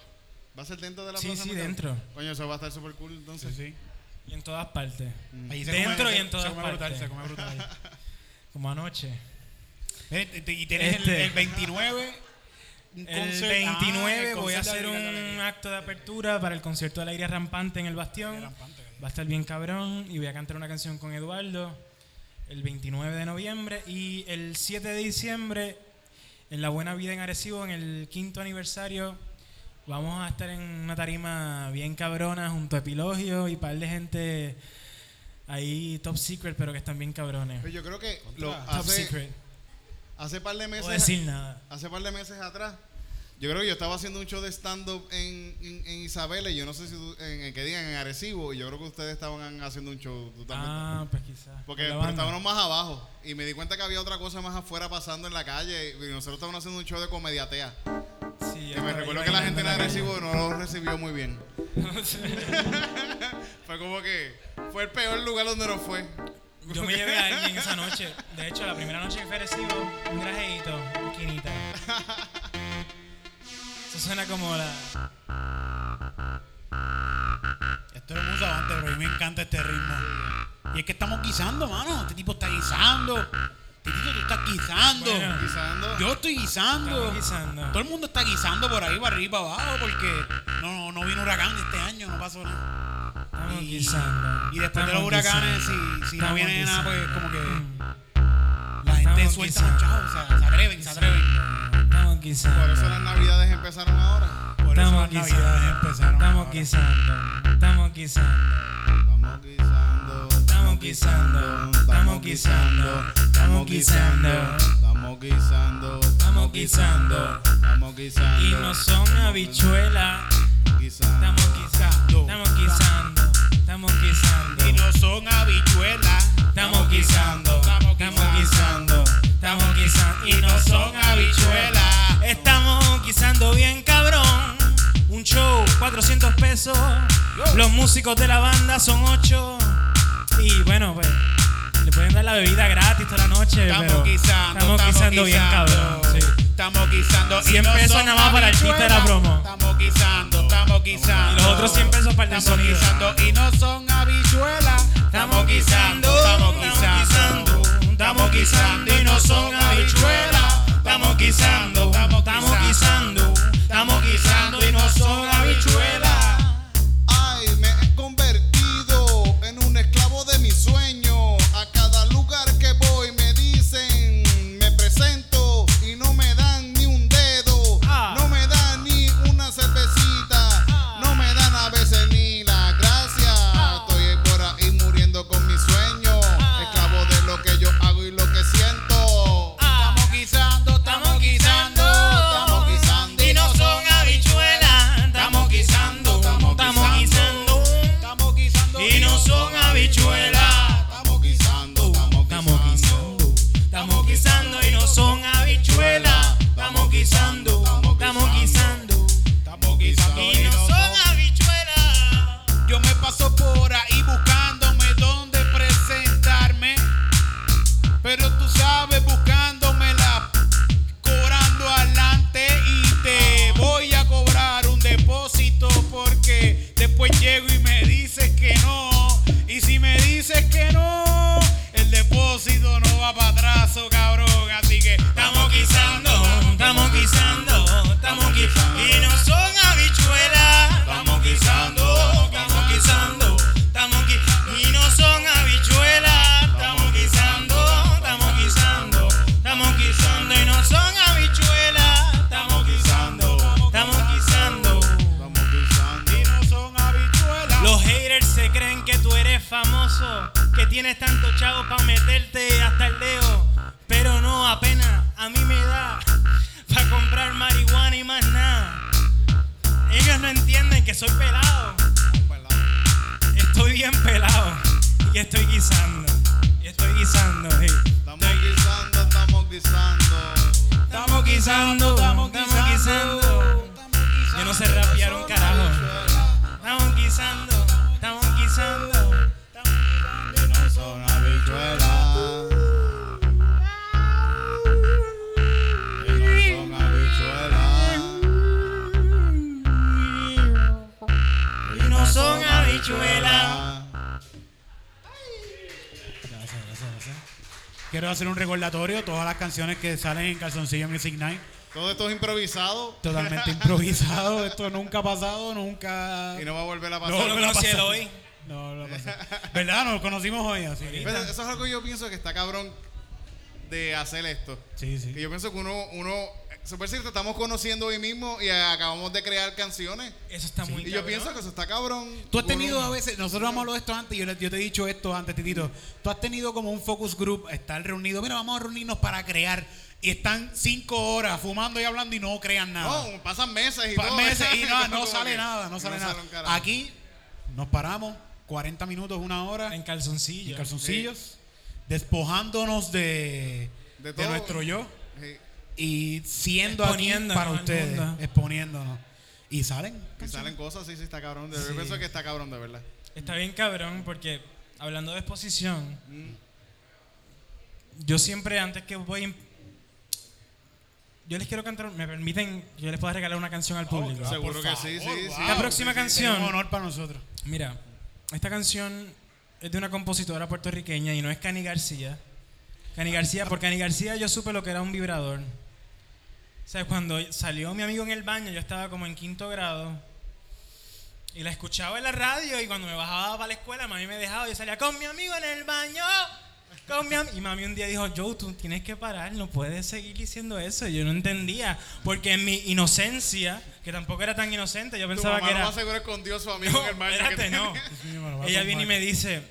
[SPEAKER 2] ¿Va a ser dentro de la
[SPEAKER 4] Sí,
[SPEAKER 2] plaza
[SPEAKER 4] sí,
[SPEAKER 2] del mercado?
[SPEAKER 4] dentro.
[SPEAKER 2] Coño, eso va a estar súper cool
[SPEAKER 3] Sí,
[SPEAKER 2] entonces.
[SPEAKER 3] sí.
[SPEAKER 4] Y en todas partes.
[SPEAKER 2] Mm.
[SPEAKER 3] Ahí
[SPEAKER 4] Mm. Dentro y
[SPEAKER 3] se-
[SPEAKER 4] en todas
[SPEAKER 3] se come brutal,
[SPEAKER 4] partes.
[SPEAKER 3] se come
[SPEAKER 4] <laughs>
[SPEAKER 3] brutal.
[SPEAKER 4] Como anoche.
[SPEAKER 3] Eh, te- te- Y tienes el-
[SPEAKER 4] Este.
[SPEAKER 3] el, 29. un
[SPEAKER 4] El
[SPEAKER 3] concert- ah,
[SPEAKER 4] 29
[SPEAKER 3] el
[SPEAKER 4] voy
[SPEAKER 3] concert
[SPEAKER 4] a
[SPEAKER 3] de
[SPEAKER 4] hacer
[SPEAKER 3] Abril
[SPEAKER 4] un
[SPEAKER 3] Galería.
[SPEAKER 4] acto de apertura para el concierto del aire rampante en el Bastión.
[SPEAKER 3] Rampante, ¿eh? Galería.
[SPEAKER 4] Va a estar bien cabrón y voy a cantar una canción con Eduardo el 29 de noviembre y el 7 de diciembre en La Buena Vida en Arecibo, en el quinto aniversario, vamos a estar en una tarima bien cabrona junto a Epilogio y par de gente ahí top secret pero que están bien cabrones.
[SPEAKER 2] Pero Pues yo creo que lo
[SPEAKER 4] Top
[SPEAKER 2] hace,
[SPEAKER 4] secret.
[SPEAKER 2] hace par de
[SPEAKER 4] No
[SPEAKER 2] meses.
[SPEAKER 4] puedo decir nada.
[SPEAKER 2] hace par de meses atrás, yo creo que yo estaba haciendo un show de stand-up en, en, en Isabela, y yo no sé si tú- en, en qué día, en Arecibo, y yo creo que ustedes estaban haciendo un show tú también.
[SPEAKER 4] Ah, pues quizás.
[SPEAKER 2] Porque
[SPEAKER 4] Con la
[SPEAKER 2] pero
[SPEAKER 4] banda.
[SPEAKER 2] estábamos más abajo y me di cuenta que había otra cosa más afuera pasando en la calle y nosotros estábamos haciendo un show de comediatea.
[SPEAKER 4] Sí,
[SPEAKER 2] Que me recuerdo que la gente en Arecibo no lo recibió muy
[SPEAKER 4] <laughs>
[SPEAKER 2] bien. <laughs> fue como que fue el peor lugar donde nos fue.
[SPEAKER 4] Yo me llevé a alguien esa noche. De hecho, la primera noche que fui a Arecibo, un grajeito, un quinita. Eso suena como la.
[SPEAKER 3] Esto es un avante, pero a mí me encanta este ritmo. Y es que estamos guisando, mano. Este tipo está guisando. Titito, tú estás guisando.
[SPEAKER 4] Bueno.
[SPEAKER 2] Guisando.
[SPEAKER 3] Yo estoy guisando.
[SPEAKER 4] Estamos guisando.
[SPEAKER 3] Todo el mundo está guisando por ahí, para arriba, para abajo, porque no, no, no vino huracán este año, no pasó nada.
[SPEAKER 4] Estamos
[SPEAKER 3] Y-
[SPEAKER 4] guisando.
[SPEAKER 3] Y después de los
[SPEAKER 4] Estamos
[SPEAKER 3] huracanes,
[SPEAKER 4] guisando.
[SPEAKER 3] si, si no
[SPEAKER 4] Estamos
[SPEAKER 3] viene nada,
[SPEAKER 4] guisando.
[SPEAKER 3] pues como que
[SPEAKER 4] Mm.
[SPEAKER 3] la gente
[SPEAKER 4] Estamos
[SPEAKER 3] suelta los
[SPEAKER 4] guisando.
[SPEAKER 3] chavos, o sea, se atreven, se atreven.
[SPEAKER 4] Estamos guisando.
[SPEAKER 2] Por eso las navidades empezaron ahora.
[SPEAKER 3] Por eso
[SPEAKER 4] Estamos
[SPEAKER 3] las navidades
[SPEAKER 4] guisando.
[SPEAKER 3] empezaron
[SPEAKER 4] Estamos
[SPEAKER 3] ahora.
[SPEAKER 4] guisando. Estamos guisando.
[SPEAKER 2] Estamos guisando.
[SPEAKER 4] Estamos guisando, estamos guisando, estamos guisando.
[SPEAKER 2] Estamos guisando.
[SPEAKER 4] Estamos guisando.
[SPEAKER 2] Estamos guisando.
[SPEAKER 4] Y no son habichuelas.
[SPEAKER 2] Guisando.
[SPEAKER 4] Estamos guisando. Estamos guisando. Estamos guisando.
[SPEAKER 3] Y no son habichuelas.
[SPEAKER 4] Estamos guisando, estamos guisando, estamos guisando y no son habichuelas. Estamos guisando bien cabrón. Un show, 400 pesos. Los músicos de la banda son 8. Y bueno, pues le pueden dar la bebida gratis toda la noche. pero
[SPEAKER 3] Estamos guisando,
[SPEAKER 4] estamos guisando bien cabrón. sí.
[SPEAKER 3] Estamos guisando.
[SPEAKER 4] 100 pesos
[SPEAKER 3] son
[SPEAKER 4] nada más para el chiste de la
[SPEAKER 3] habichuelas.
[SPEAKER 4] promo.
[SPEAKER 3] Estamos guisando, estamos guisando.
[SPEAKER 4] Y los otros 100 pesos para el del
[SPEAKER 3] Estamos
[SPEAKER 4] sonido.
[SPEAKER 3] guisando y no son habichuelas.
[SPEAKER 4] Estamos guisando, estamos guisando, estamos guisando y no son habichuelas. Estamos guisando, estamos guisando, estamos guisando y no son habichuelas.
[SPEAKER 2] Ay, me he convertido en un esclavo de mi sueño. A cada lugar que voy me dicen, me presento y no me dan ni un dedo.
[SPEAKER 4] Ah.
[SPEAKER 2] No me dan ni una cervecita. No me dan a veces ni la gracia. Estoy por ahí muriendo con mi sueño. Esclavo de lo que yo hago y lo que siento.
[SPEAKER 3] Estamos guisando, estamos guisando, estamos guisando
[SPEAKER 4] y no son habichuelas. Estamos guisando, estamos guisando
[SPEAKER 3] Estamos guisando
[SPEAKER 4] y no son habichuelas.
[SPEAKER 2] Estamos guisando,
[SPEAKER 4] Estamos guisando, estamos guisando y no son habichuelas. Estamos guisando, estamos guisando
[SPEAKER 3] Estamos guisando
[SPEAKER 4] y no son habichuelas.
[SPEAKER 3] Yo me paso por ahí buscándome dónde presentarme. Pero tú sabes, buscándome la cobrando adelante y te voy a cobrar un depósito porque después llego y me dices que no. Y si me dices que no, el depósito no va para atrás, oh, cabrón. Así que
[SPEAKER 4] Estamos guisando, estamos guisando, estamos guisando y no son habichuelas. Estamos guisando, estamos guisando, estamos guisando y no son habichuelas. Estamos guisando, estamos guisando, estamos guisando y no son habichuelas. Estamos guisando, estamos guisando.
[SPEAKER 2] Estamos guisando.
[SPEAKER 3] y no son habichuelas.
[SPEAKER 4] Los haters se creen que tú eres famoso, que tienes tanto chavo para meterte hasta el dedo. Pero no, apenas a mí me da para comprar marihuana y más nada. Ellos no entienden que soy pelado. Estoy bien pelado y estoy guisando. Y estoy guisando, sí.
[SPEAKER 2] Estamos guisando, estamos guisando.
[SPEAKER 4] Estamos guisando, estamos guisando. Yo no sé rapear un carajo. Estamos guisando, estamos guisando.
[SPEAKER 2] que no son habichuelas.
[SPEAKER 4] Y
[SPEAKER 2] Que no son habichuelas.
[SPEAKER 4] Ah, no son habichuelas.
[SPEAKER 3] Gracias, gracias, gracias. Quiero hacer un recordatorio. Todas las canciones que salen en Calzoncillo Music Night,
[SPEAKER 2] Todo esto es improvisado <laughs>
[SPEAKER 3] totalmente improvisado. Esto nunca ha pasado, nunca.
[SPEAKER 2] y no va a volver a
[SPEAKER 4] No,
[SPEAKER 2] pasar.
[SPEAKER 4] no, no, si el hoy.
[SPEAKER 3] No, no ha pasado. ¿Verdad? Nos conocimos hoy, así que-
[SPEAKER 2] Pero eso es algo que yo pienso que está cabrón de hacer esto.
[SPEAKER 3] Sí,
[SPEAKER 2] Que
[SPEAKER 3] sí.
[SPEAKER 2] yo pienso que uno, uno, se puede decir, te estamos conociendo hoy mismo y acabamos de crear canciones.
[SPEAKER 4] Eso está muy
[SPEAKER 2] Y yo
[SPEAKER 4] cabrón.
[SPEAKER 2] pienso que eso está cabrón.
[SPEAKER 3] Tú has tenido
[SPEAKER 2] Uno-
[SPEAKER 3] a veces, nosotros hemos hablado de esto antes, yo, le- yo te he dicho esto antes, Titito. Tú has tenido como un focus group, estar reunido, mira, vamos a reunirnos para crear. Y están cinco horas fumando y hablando y no crean nada.
[SPEAKER 2] No, pasan meses y
[SPEAKER 3] Pa-
[SPEAKER 2] todo. <laughs>
[SPEAKER 3] meses y nada, no
[SPEAKER 2] Como
[SPEAKER 3] sale
[SPEAKER 2] que
[SPEAKER 3] nada, no sale
[SPEAKER 2] un
[SPEAKER 3] nada.
[SPEAKER 2] carajo.
[SPEAKER 3] Aquí nos paramos 40 minutos, una hora,
[SPEAKER 4] En
[SPEAKER 3] en
[SPEAKER 4] calzoncillo.
[SPEAKER 3] calzoncillos, despojándonos de, de,
[SPEAKER 2] De todo.
[SPEAKER 3] nuestro yo
[SPEAKER 2] Sí.
[SPEAKER 3] y siendo aquí
[SPEAKER 4] Exponiéndonos
[SPEAKER 3] para
[SPEAKER 4] al
[SPEAKER 3] ustedes,
[SPEAKER 4] mundo.
[SPEAKER 3] exponiéndonos. Y salen.
[SPEAKER 2] Y salen cosas, sí, sí, está cabrón. De verdad, Yo pienso que está cabrón, de verdad.
[SPEAKER 4] Está bien cabrón porque hablando de exposición, yo siempre antes que voy... Yo les quiero cantar, me permiten, yo les puedo regalar una canción al público.
[SPEAKER 2] Seguro que Ah, sí, sí, sí.
[SPEAKER 4] La próxima
[SPEAKER 3] Es un
[SPEAKER 4] canción.
[SPEAKER 3] honor para nosotros.
[SPEAKER 4] Mira, esta canción es de una compositora puertorriqueña y no es Cani García. Cani García, por Cani García yo supe lo que era un vibrador. O sea, cuando salió mi amigo en el baño, yo estaba como en quinto grado. Y la escuchaba en la radio y cuando me bajaba para la escuela, mami me dejaba. Yo salía con mi amigo en el baño. Con mi am-". y mami un día dijo, Joe, tú tienes que parar, no puedes seguir diciendo eso. Y Yo no entendía, porque en mi inocencia, que tampoco era tan inocente, yo
[SPEAKER 2] Tu
[SPEAKER 4] pensaba
[SPEAKER 2] mamá
[SPEAKER 4] que era...
[SPEAKER 2] no más seguro escondió a su amigo
[SPEAKER 4] No,
[SPEAKER 2] en el baño. que
[SPEAKER 4] espérate,
[SPEAKER 2] tiene.
[SPEAKER 4] no. Ella viene y me dice,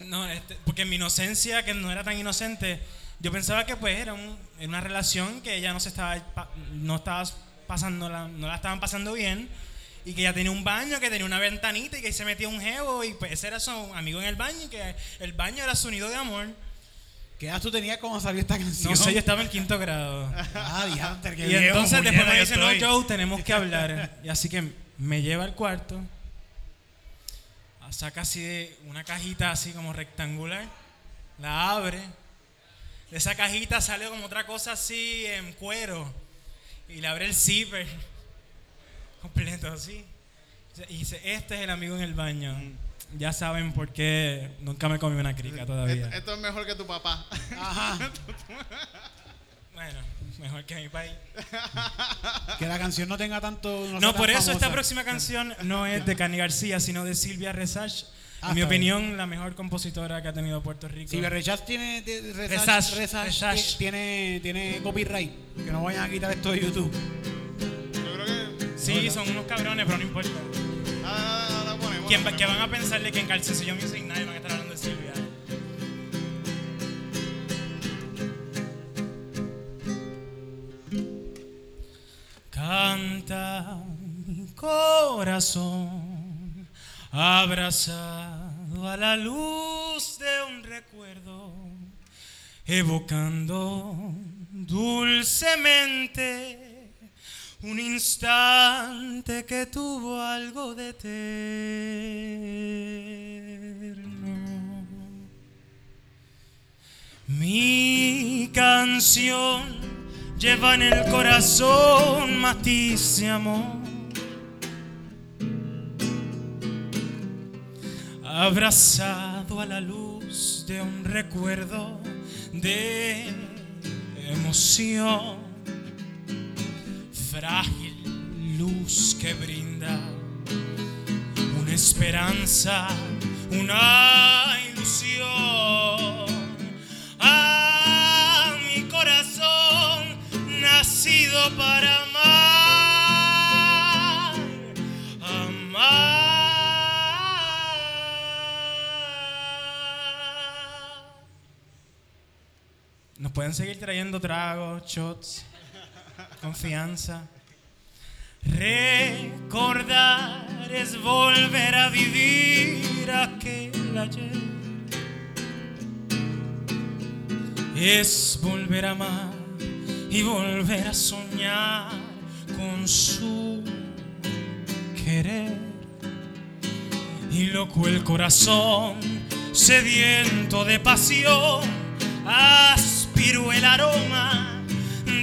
[SPEAKER 4] no, este, porque en mi inocencia, que no era tan inocente, yo pensaba que pues era, un- era una relación que ella no se estaba, pa- no estaba pasando, la, no la estaban pasando bien y que ella tenía un baño, que tenía una ventanita y que ahí se metía un jevo y pues ese era su amigo en el baño y que el baño era su nido de amor.
[SPEAKER 3] ¿Qué edad tú tenías cuando salió esta canción?
[SPEAKER 4] No sé, yo estaba en quinto grado.
[SPEAKER 3] <laughs> Ah, diantre, qué
[SPEAKER 4] Y
[SPEAKER 3] viejo,
[SPEAKER 4] entonces después
[SPEAKER 3] puñeta,
[SPEAKER 4] me
[SPEAKER 3] yo
[SPEAKER 4] dice, no,
[SPEAKER 3] estoy".
[SPEAKER 4] Joe, tenemos que hablar. Y así que me lleva al cuarto, saca así de una cajita así como rectangular, la abre, de esa cajita sale como otra cosa así en cuero, y le abre el zipper, <laughs> completo así. Y dice, este es el amigo en el baño.
[SPEAKER 3] Mm.
[SPEAKER 4] Ya saben por qué nunca me comí una
[SPEAKER 3] Eh,
[SPEAKER 4] crica todavía.
[SPEAKER 2] Esto, esto es mejor que tu papá.
[SPEAKER 3] Ajá.
[SPEAKER 4] Bueno, mejor que mi país.
[SPEAKER 3] <laughs> Que la canción no tenga tanto. sea
[SPEAKER 4] No,
[SPEAKER 3] tan
[SPEAKER 4] por eso esta
[SPEAKER 3] famosa.
[SPEAKER 4] próxima canción no es de Cani García, sino de Silvia Resach.
[SPEAKER 3] Ah,
[SPEAKER 4] en mi
[SPEAKER 3] está bien.
[SPEAKER 4] opinión, la mejor compositora que ha tenido Puerto Rico.
[SPEAKER 3] Si Berrechaz tiene. de-
[SPEAKER 4] Resach,
[SPEAKER 3] Resach, Resach,
[SPEAKER 4] Resach.
[SPEAKER 3] ti- Tiene, tiene copyright. Que no vayan a quitar esto de YouTube.
[SPEAKER 2] Yo creo que.
[SPEAKER 4] sí, son unos cabrones, pero no importa.
[SPEAKER 2] Nada, nada, nada, ponemos.
[SPEAKER 4] ¿Quién, va- que van a pensar de que en Calcesillo Music nadie van a estar hablando de Silvia? Canta mi corazón abrazado a la luz de un recuerdo, evocando dulcemente un instante que tuvo algo de eterno. Mi canción lleva en el corazón matiz de amor. abrazado a la luz de un recuerdo de emoción, frágil luz que brinda una esperanza, una ilusión a mi corazón nacido para amar, amar. Nos pueden seguir trayendo tragos, shots, confianza. Recordar es volver a vivir aquel ayer. Es volver a amar y volver a soñar con su querer y loco el corazón, sediento de pasión, aspiro el aroma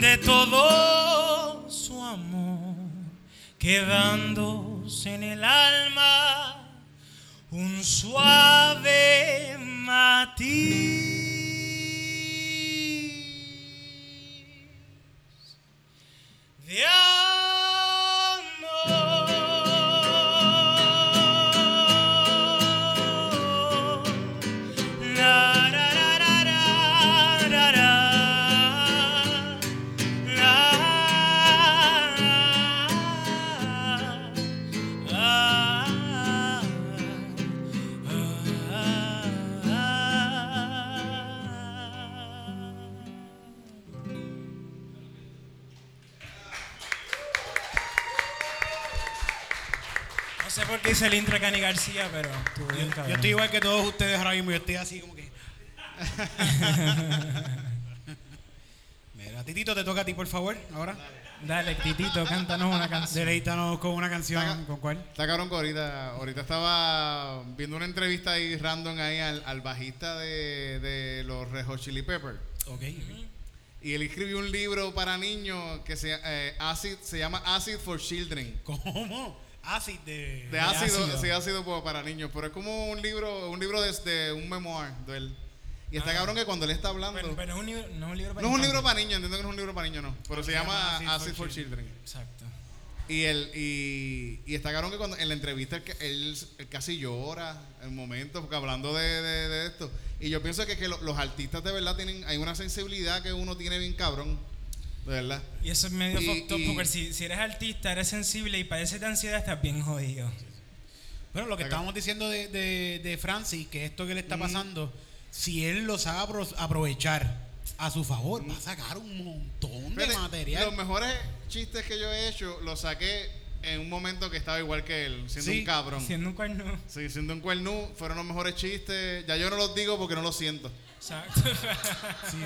[SPEAKER 4] de todo su amor, quedándose en el alma un suave matiz de amor. La, ra, ra, ra, ra, ra, ra. La, ah, ah, ah. No sé por qué hice el intro de Cani García, pero estuvo bien,
[SPEAKER 3] Yo
[SPEAKER 4] cabrón.
[SPEAKER 3] estoy igual que todos ustedes ahora mismo. Yo estoy así como <laughs> que. Mira, Titito, te toca a ti, por favor. Ahora,
[SPEAKER 4] Dale, Titito, cántanos una canción.
[SPEAKER 3] deleítanos con una canción.
[SPEAKER 2] Saca-
[SPEAKER 3] ¿Con cuál?
[SPEAKER 2] Está cabrón que ahorita, ahorita estaba viendo una entrevista ahí random ahí al, al bajista de, de los Red Hot Chili Peppers.
[SPEAKER 3] Ok.
[SPEAKER 2] Y él escribió un libro para niños que se, eh, acid, se llama Acid for Children.
[SPEAKER 3] ¿Cómo? Acid de.
[SPEAKER 2] De ácido,
[SPEAKER 4] ácido.
[SPEAKER 2] sí, ácido po- para niños. Pero es como un libro, un libro de, de un memoir de él. Y está cabrón que cuando él está hablando.
[SPEAKER 4] Pero, pero es un libro, no es un libro para Ah,
[SPEAKER 2] no es un
[SPEAKER 4] infantes.
[SPEAKER 2] libro para niños, entiendo que no es un libro para niños, no. Pero se llama Acid for Children.
[SPEAKER 4] Exacto.
[SPEAKER 2] Y, el, y, y está cabrón que cuando en la entrevista él, ca- él- él casi llora en momentos, porque hablando de, de- de esto. Y yo pienso que, que lo- los artistas de verdad tienen, hay una sensibilidad que uno tiene bien cabrón, de verdad.
[SPEAKER 4] Y eso es medio
[SPEAKER 2] Y-
[SPEAKER 4] fucked up,
[SPEAKER 2] y-
[SPEAKER 4] porque si, si eres artista, eres sensible y padeces de ansiedad, estás bien jodido.
[SPEAKER 3] Bueno, lo que
[SPEAKER 2] Acá.
[SPEAKER 3] estábamos diciendo de, de, de Francis, que esto que le está pasando, si él lo sabe apro- aprovechar a su favor, va a sacar un montón de
[SPEAKER 2] Fíjate,
[SPEAKER 3] material.
[SPEAKER 2] Los mejores chistes que yo he hecho los saqué en un momento que estaba igual que él, siendo
[SPEAKER 3] Sí,
[SPEAKER 2] un cabrón.
[SPEAKER 4] Siendo un cuerno.
[SPEAKER 2] Sí, siendo un cuernú, fueron los mejores chistes. Ya yo no los digo porque no los siento. <laughs>
[SPEAKER 4] Exacto.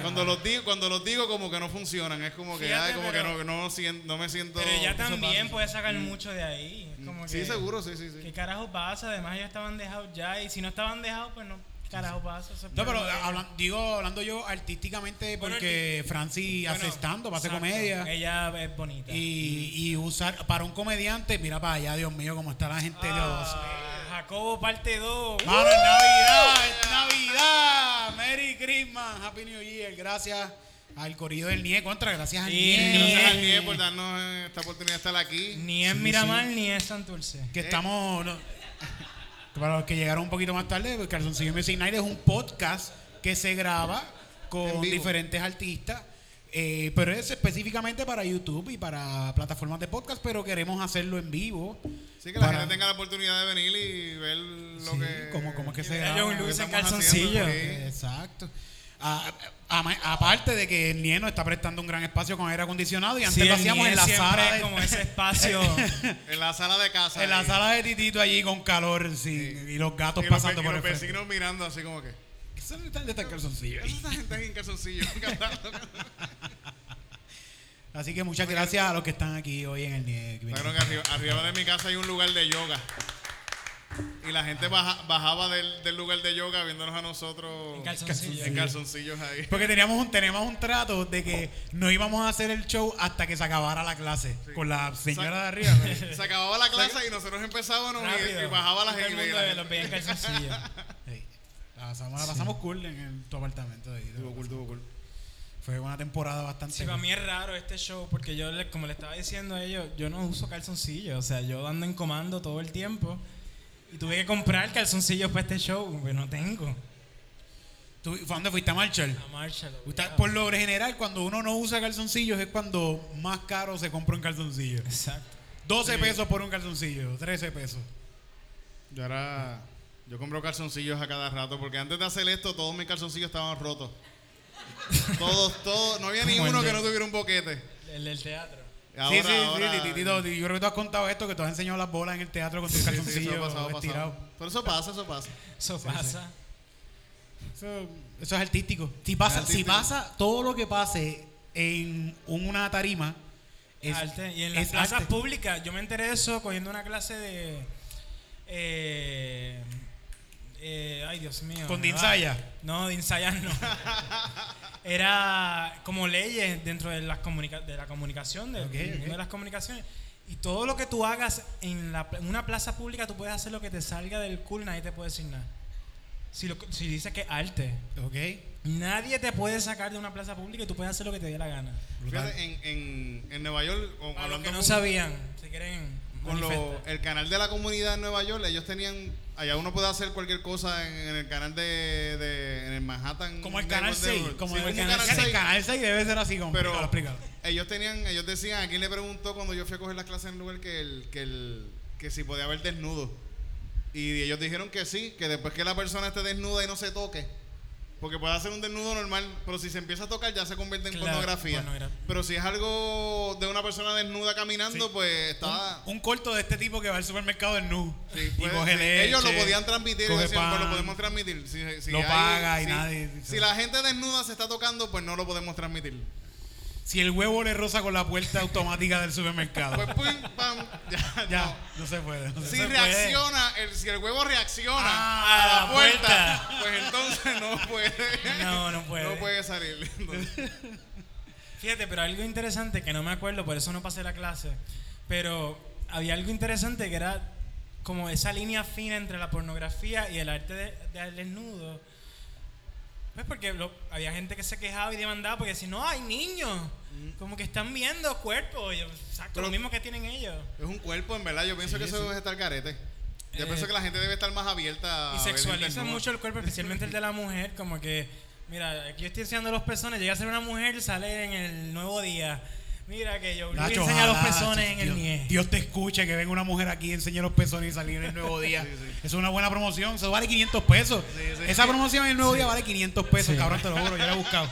[SPEAKER 2] Cuando los digo, cuando los digo como que no funcionan, es como que
[SPEAKER 4] Fíjate,
[SPEAKER 2] ay, como
[SPEAKER 4] pero-
[SPEAKER 2] que no, no, sien- no me
[SPEAKER 4] <laughs>
[SPEAKER 2] siento.
[SPEAKER 4] Pero ya
[SPEAKER 2] eso
[SPEAKER 4] también
[SPEAKER 2] pasa. Mm.
[SPEAKER 4] puedes sacar mucho de ahí. Es como
[SPEAKER 2] sí,
[SPEAKER 4] que,
[SPEAKER 2] seguro, sí, sí, sí.
[SPEAKER 4] ¿Qué carajo pasa? Además, ellos estaban dejados ya. Y si no estaban dejados, pues no. Carajo pasa. Eso es
[SPEAKER 3] No, pero ah,
[SPEAKER 4] problema de ellos.
[SPEAKER 3] hablan- digo, hablando yo artísticamente,
[SPEAKER 4] Bueno,
[SPEAKER 3] porque Francis
[SPEAKER 4] Bueno,
[SPEAKER 3] hace stand-up, hace
[SPEAKER 4] exacto.
[SPEAKER 3] comedia.
[SPEAKER 4] Ella es bonita.
[SPEAKER 3] Y, y usar para un comediante, mira para allá, Dios mío, cómo está la gente de los.
[SPEAKER 4] Ah, Jacobo parte 2.
[SPEAKER 3] Mano, es Navidad, es Navidad. Merry Christmas, Happy New Year. Gracias al corrido del NIE contra, gracias al
[SPEAKER 4] Sí,
[SPEAKER 3] NIE.
[SPEAKER 2] Gracias
[SPEAKER 3] gracias
[SPEAKER 2] a
[SPEAKER 3] al
[SPEAKER 2] Daniel por darnos eh, esta oportunidad de estar aquí.
[SPEAKER 4] Ni es Miramar ni es Santurce.
[SPEAKER 3] Que estamos. no- para los que llegaron un poquito más tarde, pues, Calzoncillo Music Night es un podcast que se graba con
[SPEAKER 2] En vivo.
[SPEAKER 3] diferentes artistas. eh, pero es específicamente para YouTube y para plataformas de podcast, pero queremos hacerlo en vivo.
[SPEAKER 2] Así que la
[SPEAKER 3] para-
[SPEAKER 2] gente tenga la oportunidad de venir y ver lo
[SPEAKER 3] Sí,
[SPEAKER 2] que.
[SPEAKER 3] cómo- cómo es que se
[SPEAKER 4] Mira,
[SPEAKER 3] graba,
[SPEAKER 4] John
[SPEAKER 3] lo que
[SPEAKER 4] Lewis en
[SPEAKER 2] estamos
[SPEAKER 4] calzoncillo.
[SPEAKER 2] haciendo, sí.
[SPEAKER 3] Exacto. A- a- aparte de que el Nieno está prestando un gran espacio con aire acondicionado y antes
[SPEAKER 4] Sí,
[SPEAKER 3] lo
[SPEAKER 4] el
[SPEAKER 3] hacíamos en
[SPEAKER 4] Niel
[SPEAKER 3] la
[SPEAKER 4] siempre
[SPEAKER 3] sala.
[SPEAKER 4] es
[SPEAKER 3] de-
[SPEAKER 4] como ese espacio.
[SPEAKER 2] En la sala de casa.
[SPEAKER 3] en la
[SPEAKER 2] ahí.
[SPEAKER 3] sala de Titito allí con calor sí,
[SPEAKER 2] Sí.
[SPEAKER 3] y los gatos
[SPEAKER 2] Y los,
[SPEAKER 3] pasando
[SPEAKER 2] ve- y
[SPEAKER 3] por el
[SPEAKER 2] los
[SPEAKER 3] frente.
[SPEAKER 2] vecinos mirando así como que.
[SPEAKER 3] ¿Qué son estas- estas calzoncillos?
[SPEAKER 2] "Esa es esta gente aquí en calzoncillo. <laughs> cabrón".
[SPEAKER 3] Así que muchas gracias a los que están aquí hoy en el NIE. que
[SPEAKER 2] Está
[SPEAKER 3] vinieron.
[SPEAKER 2] cabrón que arriba, arriba de mi casa hay un lugar de yoga. Y la gente baja- bajaba del, del lugar de yoga viéndonos a nosotros
[SPEAKER 4] En calzoncillos.
[SPEAKER 2] en
[SPEAKER 3] <laughs>
[SPEAKER 2] calzoncillos ahí.
[SPEAKER 3] Porque teníamos un, teníamos un trato de que no íbamos a hacer el show hasta que se acabara la clase con la señora de
[SPEAKER 4] <laughs>
[SPEAKER 3] arriba. pero-
[SPEAKER 2] Se acababa la clase y nosotros empezábamos y,
[SPEAKER 4] Rápido.
[SPEAKER 2] y bajaba la
[SPEAKER 4] Todo el
[SPEAKER 2] gente. y
[SPEAKER 4] mundo
[SPEAKER 2] la
[SPEAKER 4] los
[SPEAKER 2] gente-
[SPEAKER 4] veía en calzoncillo.
[SPEAKER 3] Sí. La pasamos, la pasamos cool en, en tu apartamento. ahí.
[SPEAKER 2] Estuvo cool, estuvo cool.
[SPEAKER 3] Fue una temporada bastante.
[SPEAKER 4] Sí, para mí es raro este show porque yo, le- como le estaba diciendo a ellos, yo no uso calzoncillos. O sea, yo ando en comando todo el tiempo. Y tuve que comprar calzoncillos para este show, porque no tengo.
[SPEAKER 3] ¿Tú, fue dónde fuiste a Marshall?
[SPEAKER 4] La marcha. lo
[SPEAKER 3] Usted-
[SPEAKER 4] obligado.
[SPEAKER 3] por lo general, cuando uno no usa calzoncillos es cuando más caro se compra un calzoncillo.
[SPEAKER 4] Exacto.
[SPEAKER 3] 12 pesos por un calzoncillo, 13 pesos.
[SPEAKER 2] Yo ahora. Yo compro calzoncillos a cada rato porque antes de hacer esto todos mis calzoncillos estaban rotos. Todos, todos.
[SPEAKER 3] <laughs>
[SPEAKER 2] No había ni
[SPEAKER 4] Como el
[SPEAKER 2] uno que
[SPEAKER 4] de-
[SPEAKER 2] no tuviera un boquete.
[SPEAKER 4] El del teatro.
[SPEAKER 2] Ahora,
[SPEAKER 3] sí, sí,
[SPEAKER 2] ahora-
[SPEAKER 3] sí, Titito, yo creo que tú has contado esto, que tú has enseñado las bolas en el teatro con tus
[SPEAKER 2] Sí, sí, eso
[SPEAKER 3] calzoncillos
[SPEAKER 2] ha pasado, ha
[SPEAKER 3] estirados.
[SPEAKER 2] pasado. Pero eso pasa, eso pasa.
[SPEAKER 4] Eso pasa.
[SPEAKER 3] Eso, eso es artístico. Si pasa,
[SPEAKER 2] Es
[SPEAKER 3] si
[SPEAKER 2] artístico.
[SPEAKER 3] pasa todo lo que pase en una tarima, es
[SPEAKER 4] Arte. Y en las
[SPEAKER 3] es
[SPEAKER 4] plazas
[SPEAKER 3] arte.
[SPEAKER 4] públicas. Yo me enteré de eso cogiendo una clase de. eh, eh, ay, Dios mío.
[SPEAKER 3] Con
[SPEAKER 4] me va.
[SPEAKER 3] Dinsaya.
[SPEAKER 4] No, de ensayar
[SPEAKER 3] <laughs>
[SPEAKER 4] no. Era como leyes dentro de, las comunica- de la comunicación, de,
[SPEAKER 3] Ok,
[SPEAKER 4] del mundo
[SPEAKER 3] ok.
[SPEAKER 4] de las comunicaciones. Y todo lo que tú hagas en, la pla- en una plaza pública, tú puedes hacer lo que te salga del cool, nadie te puede decir nada. Si, lo- si dices que es arte,
[SPEAKER 3] Ok.
[SPEAKER 4] nadie te puede sacar de una plaza pública y tú puedes hacer lo que te dé la gana.
[SPEAKER 2] Fíjate, en, en, en Nueva York,
[SPEAKER 4] Para
[SPEAKER 2] o
[SPEAKER 4] los
[SPEAKER 2] hablando
[SPEAKER 4] que no
[SPEAKER 2] con-
[SPEAKER 4] sabían, si quieren.
[SPEAKER 2] con lo-
[SPEAKER 4] manifestar.
[SPEAKER 2] el canal de la comunidad de Nueva York, ellos tenían. Allá uno puede hacer cualquier cosa en, en el canal de, de- en el Manhattan.
[SPEAKER 3] Como el
[SPEAKER 2] Network
[SPEAKER 3] canal 6.
[SPEAKER 2] Network.
[SPEAKER 3] Como
[SPEAKER 2] Sí,
[SPEAKER 3] el
[SPEAKER 2] un
[SPEAKER 3] canal 6. El
[SPEAKER 2] 6.
[SPEAKER 3] canal 6 debe ser así, como.
[SPEAKER 2] Pero
[SPEAKER 3] explícalo, explícalo.
[SPEAKER 2] ellos tenían, ellos decían, aquí le preguntó cuando yo fui a coger las clases en lugar que el, que el, que si podía haber desnudo. Y ellos dijeron que sí, que después que la persona esté desnuda y no se toque. Porque puede hacer un desnudo normal, pero si se empieza a tocar ya se convierte en
[SPEAKER 4] Claro,
[SPEAKER 2] pornografía.
[SPEAKER 4] pornogra-
[SPEAKER 2] Pero si es algo de una persona desnuda caminando,
[SPEAKER 3] Sí.
[SPEAKER 2] pues está.
[SPEAKER 3] Un, un corto de este tipo que va al supermercado del nu.
[SPEAKER 2] sí,
[SPEAKER 3] y
[SPEAKER 2] puede-
[SPEAKER 3] coge
[SPEAKER 2] sí,
[SPEAKER 3] leche,
[SPEAKER 2] ellos lo podían transmitir, ellos
[SPEAKER 3] coge
[SPEAKER 2] decían, pues,
[SPEAKER 3] pan.
[SPEAKER 2] lo podemos transmitir. Si, si
[SPEAKER 3] Lo
[SPEAKER 2] hay-
[SPEAKER 3] paga y
[SPEAKER 2] si-
[SPEAKER 3] nadie-
[SPEAKER 2] Si la gente desnuda se está tocando, pues no lo podemos transmitir.
[SPEAKER 3] Si el huevo le roza con la puerta automática del
[SPEAKER 2] Pues
[SPEAKER 3] supermercado.
[SPEAKER 2] pum, pam, ya,
[SPEAKER 3] <laughs> ya,
[SPEAKER 2] no.
[SPEAKER 3] no se puede. no se
[SPEAKER 2] Si
[SPEAKER 3] puede.
[SPEAKER 2] reacciona, el, si el huevo reacciona
[SPEAKER 4] Ah,
[SPEAKER 2] a
[SPEAKER 4] a
[SPEAKER 2] la
[SPEAKER 4] la
[SPEAKER 2] puerta, pues entonces no puede.
[SPEAKER 4] No, no puede.
[SPEAKER 2] No puede salir. Entonces,
[SPEAKER 4] Fíjate, pero algo interesante que no me acuerdo, por eso no pasé la clase. Pero había algo interesante que era como esa línea fina entre la pornografía y el arte de- del desnudo. Pues porque lo- había gente que se quejaba y demandaba porque si no, hay niños. Como que están viendo cuerpos. y yo, Exacto,
[SPEAKER 2] Pero-
[SPEAKER 4] lo mismo que tienen ellos.
[SPEAKER 2] es un cuerpo, en verdad. Yo pienso que eso debe estar carete. Yo
[SPEAKER 4] Eh,
[SPEAKER 2] pienso que la gente debe estar más
[SPEAKER 3] Ah,
[SPEAKER 2] abierta.
[SPEAKER 4] Y
[SPEAKER 2] a ver
[SPEAKER 4] sexualizan
[SPEAKER 2] desnudo.
[SPEAKER 4] mucho el cuerpo, especialmente el de la mujer, como que, mira, aquí yo estoy enseñando a los pezones, llega a ser una mujer, sale en el nuevo día. Mira que yo voy a
[SPEAKER 3] Nacho,
[SPEAKER 4] enseñar los
[SPEAKER 3] ojalá,
[SPEAKER 4] pezones en el
[SPEAKER 3] Dios,
[SPEAKER 4] nie.
[SPEAKER 3] Dios te escuche, que venga una mujer aquí, enseñe los pezones y salir el <laughs> nuevo día. Es una buena promoción, eso vale 500 pesos. Esa promoción en el nuevo día vale 500 pesos,
[SPEAKER 4] Sí.
[SPEAKER 3] cabrón, te lo juro, yo la he buscado.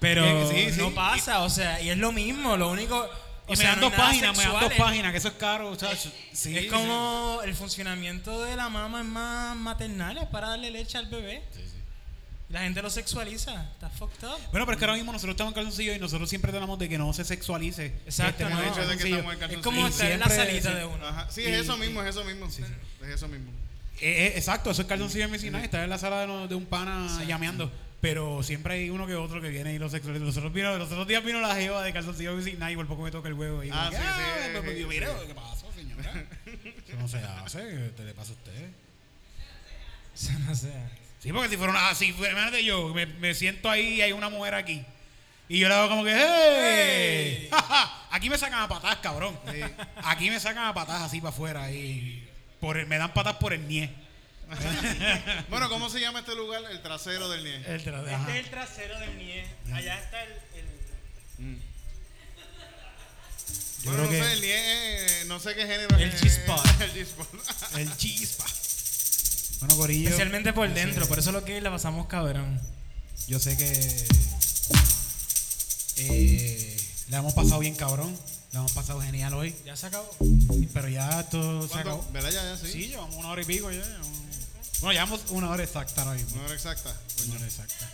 [SPEAKER 4] Pero
[SPEAKER 3] Sí, sí.
[SPEAKER 4] no pasa, o sea, y es lo mismo, lo único.
[SPEAKER 3] Y
[SPEAKER 4] o
[SPEAKER 3] me
[SPEAKER 4] sea,
[SPEAKER 3] dan
[SPEAKER 4] no
[SPEAKER 3] dos
[SPEAKER 4] es nada
[SPEAKER 3] páginas, me dan
[SPEAKER 4] sexual,
[SPEAKER 3] dos
[SPEAKER 4] es-
[SPEAKER 3] páginas, que eso es caro, chacho. Sí,
[SPEAKER 4] es
[SPEAKER 3] sí.
[SPEAKER 4] como el funcionamiento de la mama es más maternal, es para darle leche al bebé. La gente lo sexualiza, está fucked up.
[SPEAKER 3] Bueno, pero es que ahora mismo nosotros estamos en calzoncillo y nosotros siempre tratamos de que no se sexualice. Este,
[SPEAKER 4] Exacto,
[SPEAKER 3] Estemos
[SPEAKER 4] no.
[SPEAKER 3] en
[SPEAKER 4] El hecho de
[SPEAKER 2] que
[SPEAKER 3] calzoncillo.
[SPEAKER 2] estamos en
[SPEAKER 4] Es
[SPEAKER 2] calzoncillo.
[SPEAKER 4] como
[SPEAKER 3] Y
[SPEAKER 4] estar en la
[SPEAKER 3] siempre-
[SPEAKER 4] salita
[SPEAKER 3] sí.
[SPEAKER 4] de uno.
[SPEAKER 2] Ajá. Sí,
[SPEAKER 3] Y-
[SPEAKER 2] es eso mismo, es eso mismo. Es eso mismo.
[SPEAKER 3] Eh, eh, exacto, eso es calzoncillo de Messinay, está en la sala de, no- de un pana llameando. Pero siempre hay uno que otro que viene y los sexualiza. Los otros, vino, los otros días vino la jeva de calzoncillo de Messinay y por poco me toca el huevo. Y
[SPEAKER 2] Ah,
[SPEAKER 3] como,
[SPEAKER 2] sí,
[SPEAKER 3] "Ah,
[SPEAKER 2] sí,
[SPEAKER 3] pues, pues,
[SPEAKER 2] sí,
[SPEAKER 3] yo,
[SPEAKER 2] sí.
[SPEAKER 3] mira, ¿qué pasó, señora? Eso no se hace, ¿qué le pasa a usted?
[SPEAKER 4] <laughs> O sea, no sé.
[SPEAKER 3] Sí, porque si fuera una, si fuera, imagínate yo, me, me siento ahí y hay una mujer aquí. Y yo le hago como que, ¡hey!
[SPEAKER 4] ¡Hey!
[SPEAKER 3] <laughs> Ja, ja, Aquí me sacan a patadas, cabrón. Aquí me sacan a patadas así para afuera. Y por el- me dan patas por el nie.
[SPEAKER 2] Bueno, ¿cómo se llama este lugar? El trasero del NIE.
[SPEAKER 3] El tra- ajá.
[SPEAKER 4] Este es el trasero del nie. Allá está el. el-
[SPEAKER 3] Yo
[SPEAKER 2] Bueno, no
[SPEAKER 3] creo
[SPEAKER 2] sé,
[SPEAKER 3] que-
[SPEAKER 2] el NIE, eh, no sé qué género
[SPEAKER 4] El
[SPEAKER 2] es.
[SPEAKER 4] G-spot.
[SPEAKER 2] <laughs> El G-spot.
[SPEAKER 3] El chispa. Bueno, Corillo.
[SPEAKER 4] Especialmente por
[SPEAKER 3] yo sé-
[SPEAKER 4] dentro, por eso lo que la pasamos cabrón.
[SPEAKER 3] Yo sé que. eh, la hemos pasado bien, cabrón. La hemos pasado genial hoy.
[SPEAKER 4] Ya se acabó.
[SPEAKER 3] Pero ya todo se acabó.
[SPEAKER 2] ¿Cuánto? ¿Verdad? Ya, ya, sí.
[SPEAKER 3] Sí, llevamos una hora y pico ya. llevamos- Bueno, llevamos una hora exacta ahora mismo.
[SPEAKER 2] No era exacta.
[SPEAKER 3] Una hora exacta.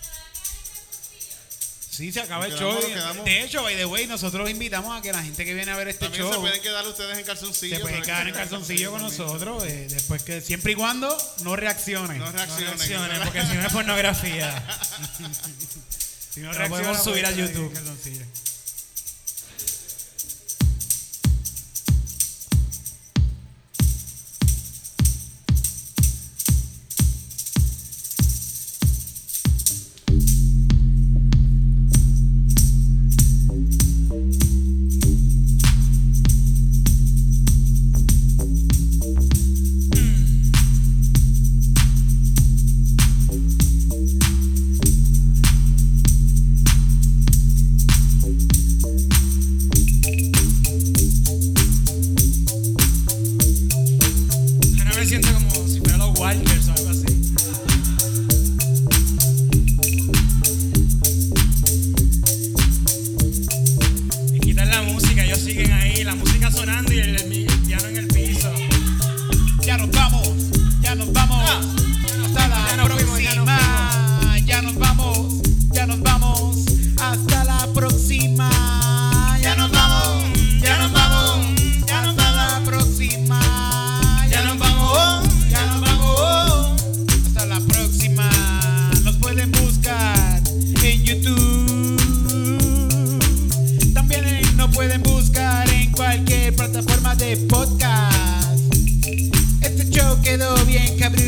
[SPEAKER 3] Sí, se acaba
[SPEAKER 2] Nos
[SPEAKER 3] el show.
[SPEAKER 2] quedamos, nos quedamos.
[SPEAKER 3] De hecho, by the way, nosotros invitamos a que la gente que viene a ver este
[SPEAKER 2] También
[SPEAKER 3] show
[SPEAKER 2] se pueden quedar ustedes en calzoncillo.
[SPEAKER 3] se pueden
[SPEAKER 2] pero- <laughs>
[SPEAKER 3] quedar en calzoncillo con nosotros. eh, después que, siempre y cuando no reaccionen.
[SPEAKER 2] No
[SPEAKER 4] No
[SPEAKER 2] reaccionen.
[SPEAKER 4] reacciones, porque si no es pornografía.
[SPEAKER 3] Si no
[SPEAKER 4] Lo
[SPEAKER 3] reacciona,
[SPEAKER 4] podemos
[SPEAKER 3] pues,
[SPEAKER 4] subir a
[SPEAKER 3] está ahí
[SPEAKER 4] YouTube.
[SPEAKER 3] en calzoncillo.
[SPEAKER 4] <laughs> Ahora me siento como si fuera los Walkers o algo así.
[SPEAKER 3] eh, Este show quedó bien cabrón.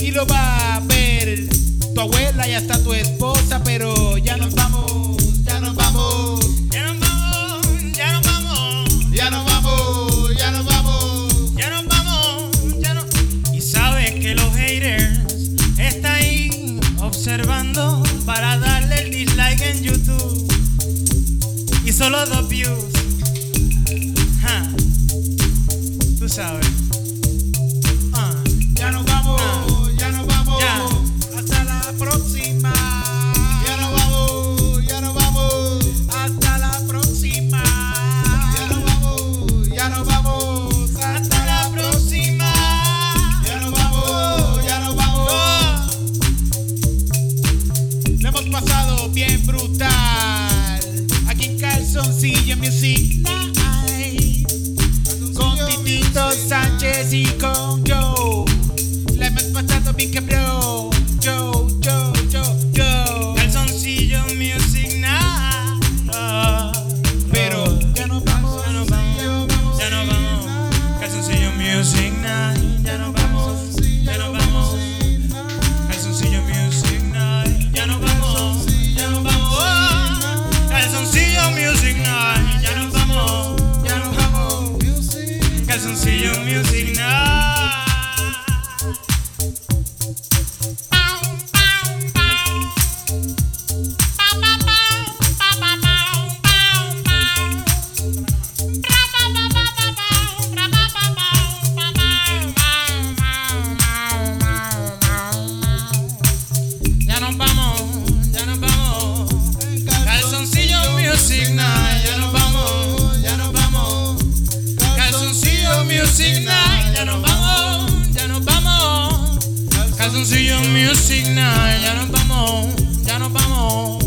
[SPEAKER 3] Y lo va a ver tu abuela y hasta tu esposa, pero ya nos vamos, ya nos vamos.
[SPEAKER 4] Ya nos vamos, ya nos vamos,
[SPEAKER 2] Ya nos vamos, ya nos vamos.
[SPEAKER 4] ya nos vamos, ya nos Y sabes que los haters están ahí observando para darle el dislike en YouTube. Y solo dos views. Ja. Tú sabes. Ah.
[SPEAKER 3] Ya nos vamos, ya nos vamos.
[SPEAKER 4] Ya.
[SPEAKER 3] Hasta la próxima.
[SPEAKER 2] Ya nos vamos, ya nos vamos.
[SPEAKER 3] Hasta la próxima.
[SPEAKER 2] Ya nos vamos, ya nos vamos.
[SPEAKER 4] Hasta la próxima.
[SPEAKER 2] Ya nos vamos, ya nos vamos.
[SPEAKER 3] Lo hemos pasado bien brutal. Aquí en Calzoncillo Music Night. Con Titito Sánchez y con Joe. La hemos pasado bien cabrón. Joe, Joe, Joe, Joe.
[SPEAKER 4] Calzoncillo Music Night. Ah.
[SPEAKER 3] Pero ya nos vamos.
[SPEAKER 4] Ya nos vamos, ya nos vamos. Calzoncillo Music Night. Ya nos vamos, ya nos vamos. Calzoncillo Music Night. Ya nos vamos, ya nos vamos. Calzoncillo Music Night. Ya nos vamos, ya nos vamos. Calzoncillo Music Night. Ya nos vamos, ya nos vamos. Calzoncillo Music Night. Ya nos vamos, ya nos vamos. Calzoncillo Music Night. Ya nos vamos, ya nos vamos. Calzoncillo Music Night, ya nos vamos, ya nos vamos. Mm.